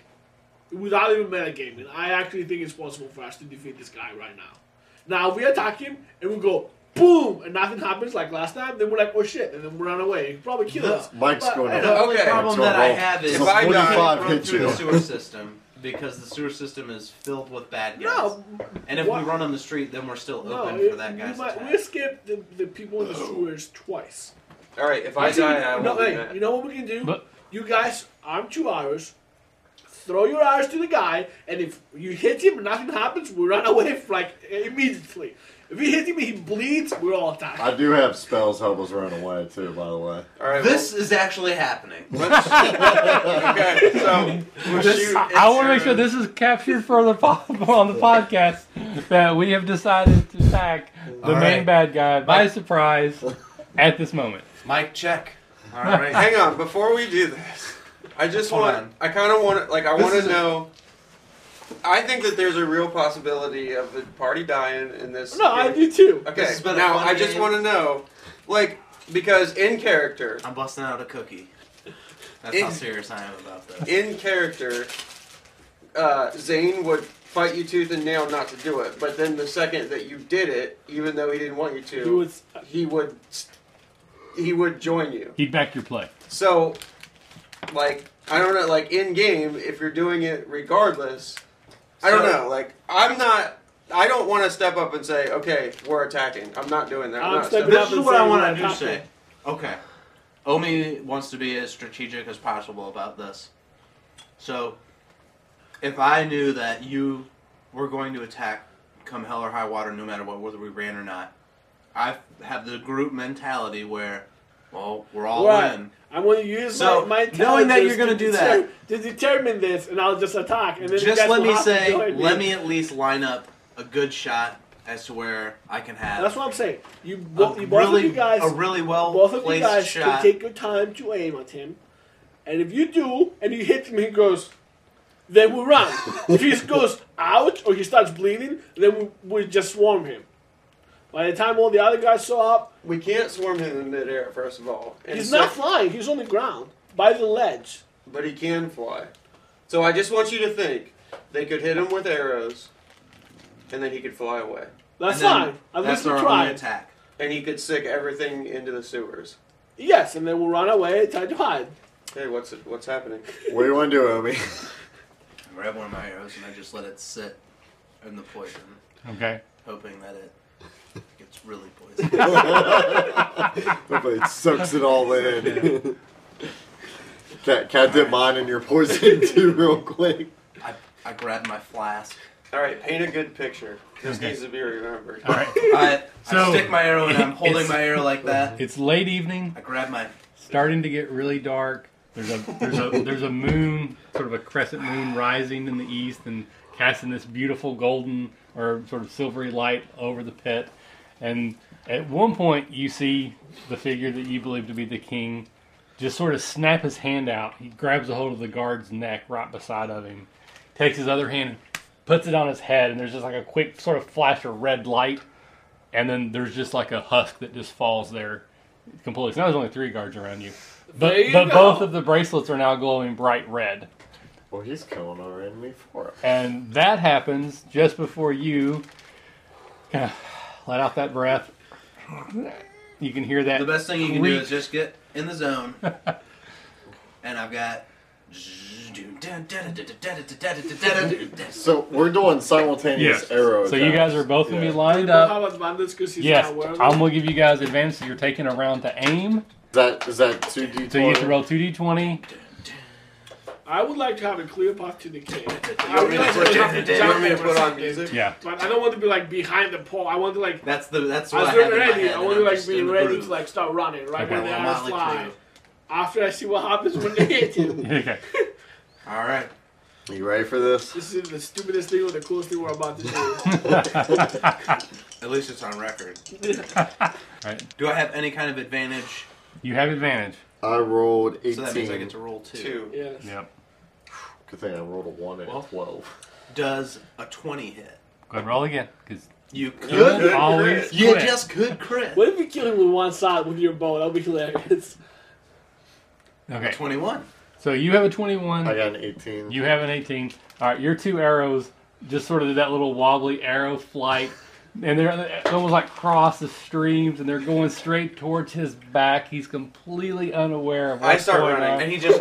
Speaker 4: without even metagaming, I actually think it's possible for us to defeat this guy right now. Now, if we attack him and we go boom and nothing happens like last time, then we're like, oh shit, and then we run away. He could probably kill us.
Speaker 5: Mike's
Speaker 4: But- uh,
Speaker 5: going
Speaker 4: I
Speaker 5: to-
Speaker 3: The
Speaker 4: know.
Speaker 3: only
Speaker 6: Okay.
Speaker 3: problem
Speaker 5: That's
Speaker 3: that
Speaker 5: all
Speaker 3: I
Speaker 5: wrong.
Speaker 3: have is
Speaker 6: If I
Speaker 3: we can't
Speaker 5: die-
Speaker 3: run
Speaker 5: 45
Speaker 3: through
Speaker 5: hit
Speaker 3: the
Speaker 5: you.
Speaker 3: sewer system because the sewer system is filled with bad guys.
Speaker 4: No,
Speaker 3: and if
Speaker 4: what-
Speaker 3: we run on the street, then we're still
Speaker 4: No,
Speaker 3: open for
Speaker 4: it-
Speaker 3: that guy's
Speaker 4: we, might,
Speaker 3: attack.
Speaker 4: we skipped the, the people in the sewers twice.
Speaker 6: all right. If I
Speaker 4: You see,
Speaker 6: die, I
Speaker 4: you know,
Speaker 6: won't be
Speaker 4: hey,
Speaker 6: mad.
Speaker 4: you know what we can do?
Speaker 1: But-
Speaker 4: you guys arm two hours, throw your hours to the guy, and if you hit him and nothing happens, we run away like immediately. If you hit him and he bleeds, we're all attacked.
Speaker 5: I do have spells help us run away too. By the way,
Speaker 6: All right.
Speaker 3: This is actually happening.
Speaker 6: Well, let's, okay. So we'll
Speaker 3: This-
Speaker 6: shoot.
Speaker 1: I, I want to make sure this is captured for the po- on the podcast that we have decided to attack the
Speaker 3: All
Speaker 1: main
Speaker 3: right.
Speaker 1: bad guy by surprise at this moment.
Speaker 3: Mike, check. All right.
Speaker 6: Hang on. Before we do this, I just
Speaker 3: Hold
Speaker 6: want.
Speaker 3: on.
Speaker 6: I kind of want. to Like I
Speaker 3: This
Speaker 6: want
Speaker 3: is
Speaker 6: to
Speaker 3: a-
Speaker 6: know. I think that there's a real possibility of the party dying in this.
Speaker 4: no, I
Speaker 6: game.
Speaker 4: do too.
Speaker 6: Okay.
Speaker 3: This has been a
Speaker 6: now
Speaker 3: fun
Speaker 6: I just
Speaker 3: game.
Speaker 6: want to know, like, because in character,
Speaker 3: I'm busting out a cookie. That's how
Speaker 6: It-
Speaker 3: serious I am about this.
Speaker 6: in character, uh, Zane would fight you tooth and nail not to do it. But then the second that you did it, even though he didn't want you to,
Speaker 4: He was-
Speaker 6: he would he would join you.
Speaker 1: He'd back your play.
Speaker 6: So, like, I don't know, like in game, if you're doing it regardless, I don't
Speaker 3: So-
Speaker 6: know. Like, I'm not. I don't want to step up and say, "Okay, we're attacking." I'm not doing that. I'm,
Speaker 4: I'm
Speaker 6: not
Speaker 4: stepping
Speaker 6: stepping
Speaker 4: up.
Speaker 3: this is what I want
Speaker 4: Nothing.
Speaker 3: to do say. Okay. Omi wants to be as strategic as possible about this. So, if I knew that you were going to attack come hell or high water, no matter what, whether we ran or not, I have the group mentality where, well, we're all
Speaker 4: Right.
Speaker 3: in.
Speaker 4: I want to use
Speaker 3: So,
Speaker 4: my, my
Speaker 3: knowing that you're
Speaker 4: intelligence
Speaker 3: gonna
Speaker 4: to
Speaker 3: do that-
Speaker 4: deter- to determine this, and I'll just attack. And then you
Speaker 3: Just
Speaker 4: guys
Speaker 3: let
Speaker 4: will
Speaker 3: me
Speaker 4: have to
Speaker 3: say,
Speaker 4: join
Speaker 3: let me at least line up a good shot as to where I can have.
Speaker 4: That's what I'm saying. You, bo-
Speaker 3: a
Speaker 4: you both
Speaker 3: really,
Speaker 4: of you guys
Speaker 3: a really well
Speaker 4: both of you
Speaker 3: placed
Speaker 4: guys
Speaker 3: shot.
Speaker 4: can take your time to aim at him. And if you do, and you hit him, he goes, then we run. if he goes out or he starts bleeding, then we, we just swarm him. By the time all the other guys show up,
Speaker 6: We can't swarm him in midair, first of all. And
Speaker 4: he's
Speaker 6: sec-
Speaker 4: not flying, he's on the ground by the ledge.
Speaker 6: but he can fly. So I just want you to think they could hit him with arrows, and then he could fly away,
Speaker 3: And then
Speaker 4: That's fine. At
Speaker 3: that's
Speaker 4: least we
Speaker 3: our only
Speaker 4: tried.
Speaker 3: attack.
Speaker 6: and he could sick everything into the sewers.
Speaker 4: Yes, and then we'll run away and try to hide.
Speaker 6: Hey, what's what's happening?
Speaker 5: what do you want to do, Obi?
Speaker 3: I grab one of my arrows and I just let it sit in the poison,
Speaker 1: Okay.
Speaker 3: hoping that it gets really poisoned.
Speaker 5: Hopefully, it sucks it all in. Cat, cat dip mine and your poison too, real quick.
Speaker 3: I grabbed my flask.
Speaker 6: All right, paint a good picture. This needs to be remembered.
Speaker 1: All right.
Speaker 3: I, I
Speaker 1: So-
Speaker 3: stick my arrow and I'm holding
Speaker 1: It's-
Speaker 3: my arrow like that.
Speaker 1: It's late evening,
Speaker 3: I grab my.
Speaker 1: starting to get really dark. There's a there's a there's a moon, sort of a crescent moon rising in the east and casting this beautiful golden or sort of silvery light over the pit. And at one point you see the figure that you believe to be the king just sort of snap his hand out. He grabs a hold of the guard's neck right beside of him, takes his other hand and puts it on his head and there's just like a quick sort of flash of red light and then there's just like a husk that just falls there completely. So now there's only three guards around you. But,
Speaker 4: There you
Speaker 1: but
Speaker 4: go.
Speaker 1: both of the bracelets are now glowing bright red.
Speaker 5: Well, he's killing our enemy for it.
Speaker 1: And that happens just before you kind of let out that breath. You can hear that.
Speaker 3: The best thing you can do
Speaker 1: creak.
Speaker 3: is just get in the zone. and I've got. So
Speaker 5: So we're doing simultaneous
Speaker 1: Yeah.
Speaker 5: arrow.
Speaker 1: So you guys are both going to be lined up.
Speaker 4: How advantage because he's
Speaker 1: Yes,
Speaker 4: not wearing
Speaker 1: I'm
Speaker 4: it?
Speaker 1: going to give you guys advantage. So you're taking a round to aim.
Speaker 5: Is that is that two d
Speaker 1: So you have to roll 2d20.
Speaker 4: I would like to have a clear path to the cave. I
Speaker 6: You
Speaker 4: would
Speaker 6: want me
Speaker 4: like
Speaker 6: to
Speaker 4: to
Speaker 6: put-
Speaker 4: have
Speaker 6: you want me to
Speaker 4: a
Speaker 6: put on
Speaker 4: giant
Speaker 6: music?
Speaker 1: Yeah.
Speaker 4: But I don't want to be like behind the pole. I want to like
Speaker 3: that's the that's what I
Speaker 4: as
Speaker 3: have
Speaker 4: they're
Speaker 3: in my
Speaker 4: ready.
Speaker 3: head.
Speaker 4: I
Speaker 3: and
Speaker 4: want
Speaker 3: I'm
Speaker 4: to like
Speaker 3: just
Speaker 4: be
Speaker 3: in the
Speaker 4: ready
Speaker 3: groove.
Speaker 4: to like start running right
Speaker 1: Okay.
Speaker 4: when the
Speaker 3: Well,
Speaker 4: arrows
Speaker 3: Motley
Speaker 4: fly.
Speaker 3: Crue.
Speaker 4: After I see what happens when they hit you.
Speaker 1: Okay.
Speaker 3: All right.
Speaker 5: You ready for this?
Speaker 4: This is the stupidest thing or the coolest thing we're about to do.
Speaker 3: At least it's on record.
Speaker 1: Right.
Speaker 3: Do I have any kind of advantage?
Speaker 1: You have advantage.
Speaker 5: I rolled eighteen.
Speaker 3: So that means I get to roll two.
Speaker 6: Two.
Speaker 4: Yes.
Speaker 1: Yep.
Speaker 5: Good thing I rolled a one and a twelve.
Speaker 3: Does a twenty hit?
Speaker 1: Go ahead and roll again. Because
Speaker 3: You
Speaker 1: you
Speaker 3: could.
Speaker 6: Good
Speaker 1: always
Speaker 6: crit.
Speaker 3: You
Speaker 1: quit.
Speaker 3: just could crit.
Speaker 4: What if you kill him with one side with your bow? That would be hilarious.
Speaker 1: Okay.
Speaker 3: Twenty-one.
Speaker 1: So you have a 21.
Speaker 5: I got an eighteen.
Speaker 1: You have an 18. All right, your two arrows just sort of did that little wobbly arrow flight, and they're they almost like cross the streams, and they're going straight towards his back. He's completely unaware of what's
Speaker 6: I start
Speaker 1: going
Speaker 6: running,
Speaker 1: on.
Speaker 6: and he just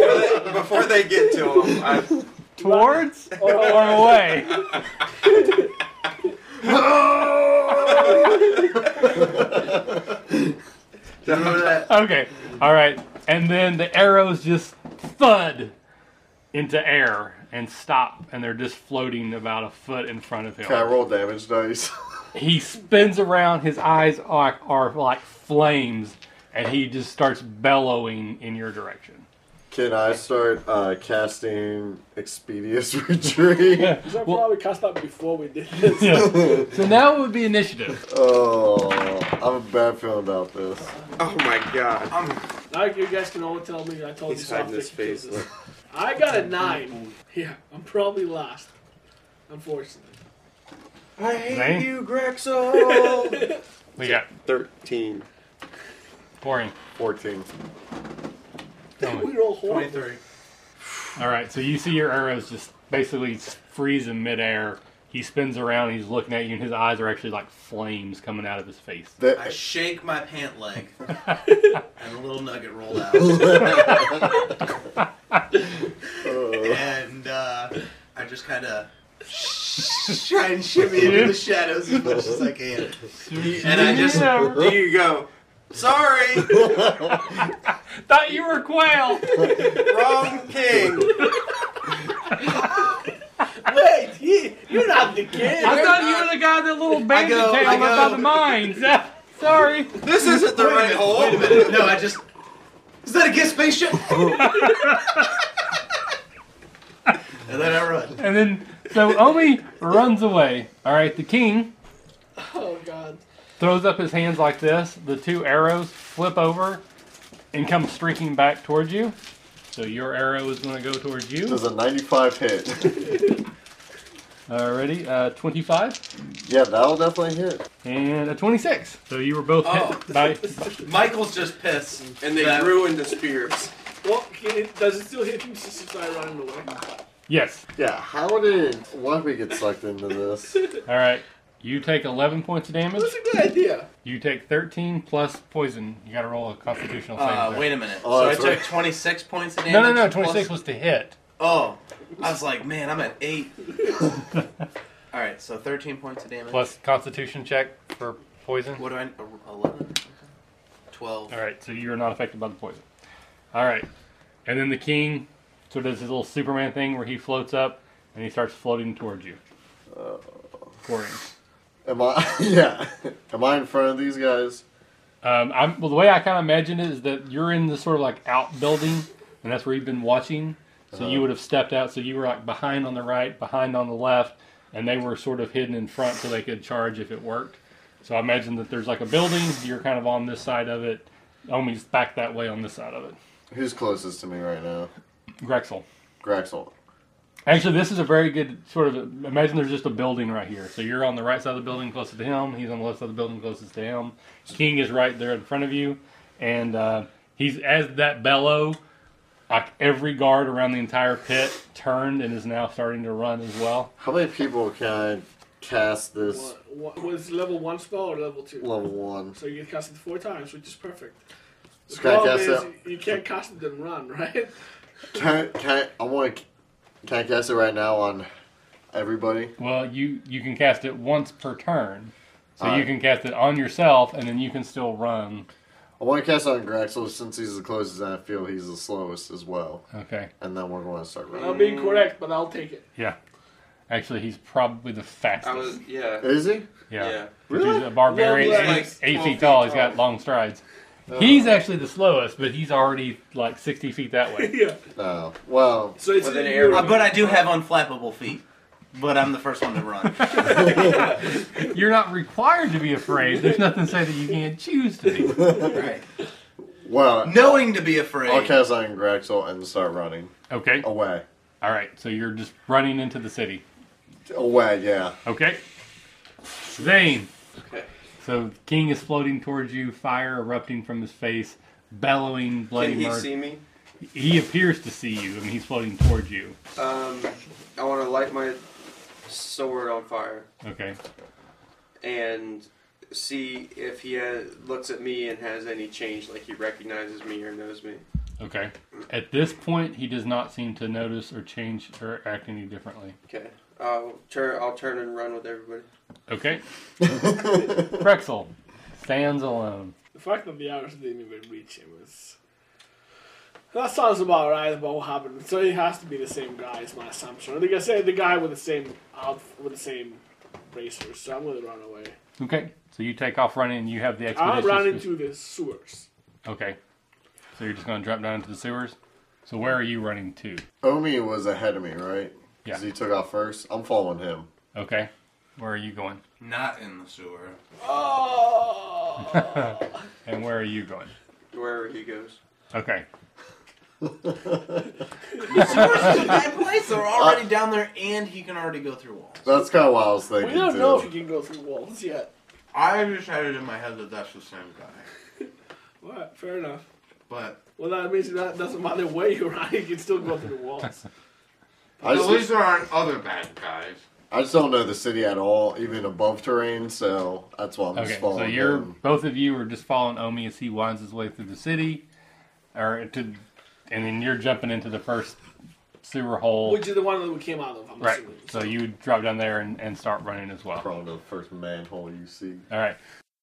Speaker 6: before they get to him. I,
Speaker 1: towards or, or away.
Speaker 3: Remember that?
Speaker 1: Okay, all right, and then the arrows just thud into air and stop, and they're just floating about a foot in front of him.
Speaker 5: Can I roll damage dice?
Speaker 1: he spins around his eyes are, are like flames and he just starts bellowing in your direction
Speaker 5: Can I start uh, casting Expedious Retreat?
Speaker 4: We should
Speaker 1: Well-
Speaker 4: probably cast that before we did this.
Speaker 1: Yeah. so now it would be initiative
Speaker 5: oh, I have a bad feeling about this.
Speaker 6: oh my god.
Speaker 4: Now you guys can all tell me I told
Speaker 6: He's
Speaker 4: you
Speaker 6: hiding
Speaker 4: so.
Speaker 6: his face.
Speaker 4: I got a nine. Yeah, I'm probably last. Unfortunately.
Speaker 6: I hate
Speaker 1: Zane?
Speaker 6: you, Grexel.
Speaker 1: we got
Speaker 6: Thirteen.
Speaker 1: pouring
Speaker 5: Fourteen.
Speaker 4: we roll horrible.
Speaker 3: Twenty-three.
Speaker 1: all right so you see your arrows just basically freeze in midair he spins around he's looking at you and his eyes are actually like flames coming out of his face
Speaker 3: I
Speaker 5: That,
Speaker 3: shake my pant leg, and a little nugget rolled out. and uh, I just kind of try and shimmy into the shadows as much as I can. And I just
Speaker 1: Never.
Speaker 6: There you go.
Speaker 3: sorry,
Speaker 1: thought you were quail
Speaker 6: Wrong king.
Speaker 4: Wait, he, you're not the kid. Oh,
Speaker 1: i thought you were the guy with the little bandit
Speaker 3: go-
Speaker 1: tail
Speaker 3: I
Speaker 1: up by
Speaker 3: go-
Speaker 1: the mines sorry
Speaker 6: This isn't the right hole.
Speaker 3: Wait a minute. No, I just. Is that a gift spaceship?
Speaker 1: Oh.
Speaker 3: and then I run.
Speaker 1: And then, so Omi runs away. All right, the king
Speaker 4: Oh god.
Speaker 1: throws up his hands like this. The two arrows flip over and come streaking back towards you. So your arrow is going to go towards you.
Speaker 5: does a ninety-five hit?
Speaker 1: Already, uh, 25
Speaker 5: yeah, that'll definitely hit.
Speaker 1: and a 26. So you were both
Speaker 3: Oh.
Speaker 1: hit by.
Speaker 3: Michael's just pissed.
Speaker 6: And they
Speaker 3: That-
Speaker 6: ruined the spears.
Speaker 4: Well, he, does it still hit him since I ran away?
Speaker 1: Yes.
Speaker 5: Yeah, how did why did we get sucked into this?
Speaker 1: All right. You take 11 points of damage.
Speaker 4: That's a good idea.
Speaker 1: You take 13 plus poison. You got to roll a constitutional save.
Speaker 3: Uh,
Speaker 1: there.
Speaker 3: wait a minute.
Speaker 5: Oh,
Speaker 3: so I
Speaker 5: that's
Speaker 3: took
Speaker 5: right.
Speaker 3: 26 points of damage.
Speaker 1: no, no, no.
Speaker 3: plus-
Speaker 1: 26 was to hit.
Speaker 3: Oh, I was like, man, I'm at eight. All right, so 13 points of damage.
Speaker 1: Plus constitution check for poison.
Speaker 3: what do I? 11, 12.
Speaker 1: All right, so you're not affected by the poison. All right, and then the king sort of does his little Superman thing where he floats up and he starts floating towards you.
Speaker 3: Uh.
Speaker 1: Quarrying.
Speaker 5: Am I? yeah. Am I in front of these guys?
Speaker 1: Um, I'm, well, the way I kind of imagine it is that you're in the sort of like outbuilding, and that's where you've been watching. So you would have stepped out. So you were like behind on the right, behind on the left, and they were sort of hidden in front so they could charge if it worked. So I imagine that there's like a building. You're kind of on this side of it. Omi's back that way on this side of it.
Speaker 5: Who's closest to me right now?
Speaker 1: Grexel.
Speaker 5: Graxel.
Speaker 1: Actually, this is a very good sort of. Imagine there's just a building right here. So you're on the right side of the building closest to him. He's on the left side of the building closest to him. King is right there in front of you, and uh, he's as that bellow. Like every guard around the entire pit turned and is now starting to run as well.
Speaker 5: How many people can I cast this
Speaker 4: What, what, was level one spell or level two?
Speaker 5: level one?
Speaker 4: So you get cast it four times, which is perfect. The
Speaker 5: Just gotta
Speaker 4: problem
Speaker 5: cast
Speaker 4: is
Speaker 5: it.
Speaker 4: you- you can't cast it and run, right?
Speaker 5: Can I, can I, I want to. Can I cast it right now on everybody?
Speaker 1: Well, you you can cast it once per turn, so you
Speaker 5: Alright.
Speaker 1: can cast it on yourself, and then you can still run.
Speaker 5: I want to cast it on Graxel since he's the closest and I feel he's the slowest as well.
Speaker 1: Okay.
Speaker 5: And then we're going to start running.
Speaker 4: I'm being
Speaker 6: Mm.
Speaker 4: correct, but I'll take it.
Speaker 1: Yeah. Actually, he's probably the
Speaker 6: I
Speaker 1: fastest.
Speaker 6: was yeah.
Speaker 5: Is he?
Speaker 1: yeah.
Speaker 6: yeah.
Speaker 1: He's a barbarian.
Speaker 4: Well,
Speaker 1: and
Speaker 6: like
Speaker 1: he's eight
Speaker 6: 12
Speaker 1: feet
Speaker 6: feet
Speaker 1: tall. He's
Speaker 6: tall. Uh.
Speaker 1: got long strides. He's actually the slowest, but he's already like 60 feet that way.
Speaker 4: yeah.
Speaker 5: Oh. Well,
Speaker 4: So it's
Speaker 6: With an
Speaker 4: your-
Speaker 6: arrow.
Speaker 7: Uh, but I do have unflappable feet. But I'm the first one to run.
Speaker 1: You're not required to be afraid. There's nothing to say that you can't choose to be.
Speaker 7: right.
Speaker 5: well.
Speaker 7: Knowing to be afraid.
Speaker 5: I'll cast it on Graxel and start running.
Speaker 1: Okay.
Speaker 5: Away.
Speaker 1: All right. So you're just running into the city.
Speaker 5: Away, yeah.
Speaker 1: Okay. Zane.
Speaker 6: Okay.
Speaker 1: So the King is floating towards you, fire erupting from his face, bellowing bloody
Speaker 6: Can he
Speaker 1: murder.
Speaker 6: see me?
Speaker 1: He appears to see you. I mean, he's floating towards you.
Speaker 6: Um, I want to light my sword on fire
Speaker 1: Okay.
Speaker 6: and see if he has, looks at me and has any change, like he recognizes me or knows me.
Speaker 1: Okay. At this point, he does not seem to notice or change or act any differently.
Speaker 6: Okay. I'll turn. I'll turn and run with everybody.
Speaker 1: Okay. Rexel stands alone.
Speaker 4: The fact that the arrows didn't even reach him is. That sounds about right about what happened. So it has to be the same guy, is my assumption. Like I said, the guy with the same out with the same bracers. So I'm gonna run away.
Speaker 1: Okay. So you take off running and you have the
Speaker 4: I'm
Speaker 1: expedition.
Speaker 4: running to the sewers.
Speaker 1: Okay. So you're just going to drop down into the sewers? So where are you running to?
Speaker 5: Omi was ahead of me, right? Because
Speaker 1: Yeah.
Speaker 5: he took off first. I'm following him.
Speaker 1: Okay. Where are you going?
Speaker 7: Not in the sewer.
Speaker 4: Oh!
Speaker 1: And where are you going?
Speaker 6: Wherever he goes.
Speaker 1: Okay.
Speaker 7: That place,
Speaker 5: Uh,
Speaker 7: they're already down there, and he can already go through walls.
Speaker 5: That's kind of what I was thinking.
Speaker 4: we don't
Speaker 5: too.
Speaker 4: know if you can go through walls yet.
Speaker 7: I decided in my head that that's the same guy.
Speaker 4: Alright, fair enough.
Speaker 7: But
Speaker 4: Well, that means that doesn't matter where you're running, you can still go through the walls.
Speaker 5: I
Speaker 7: at least
Speaker 5: just,
Speaker 7: there aren't other bad guys.
Speaker 5: I just don't know the city at all, even above terrain. So that's why I'm
Speaker 1: Okay.
Speaker 5: just following
Speaker 1: So you're
Speaker 5: him.
Speaker 1: both of you are just following Omi as he winds his way through the city, or to, and then you're jumping into the first sewer hole.
Speaker 4: Which is the one that we came out of, I'm
Speaker 1: Right.
Speaker 4: assuming.
Speaker 1: So you drop down there and, and start running as well.
Speaker 5: Probably the first manhole you see.
Speaker 1: All right.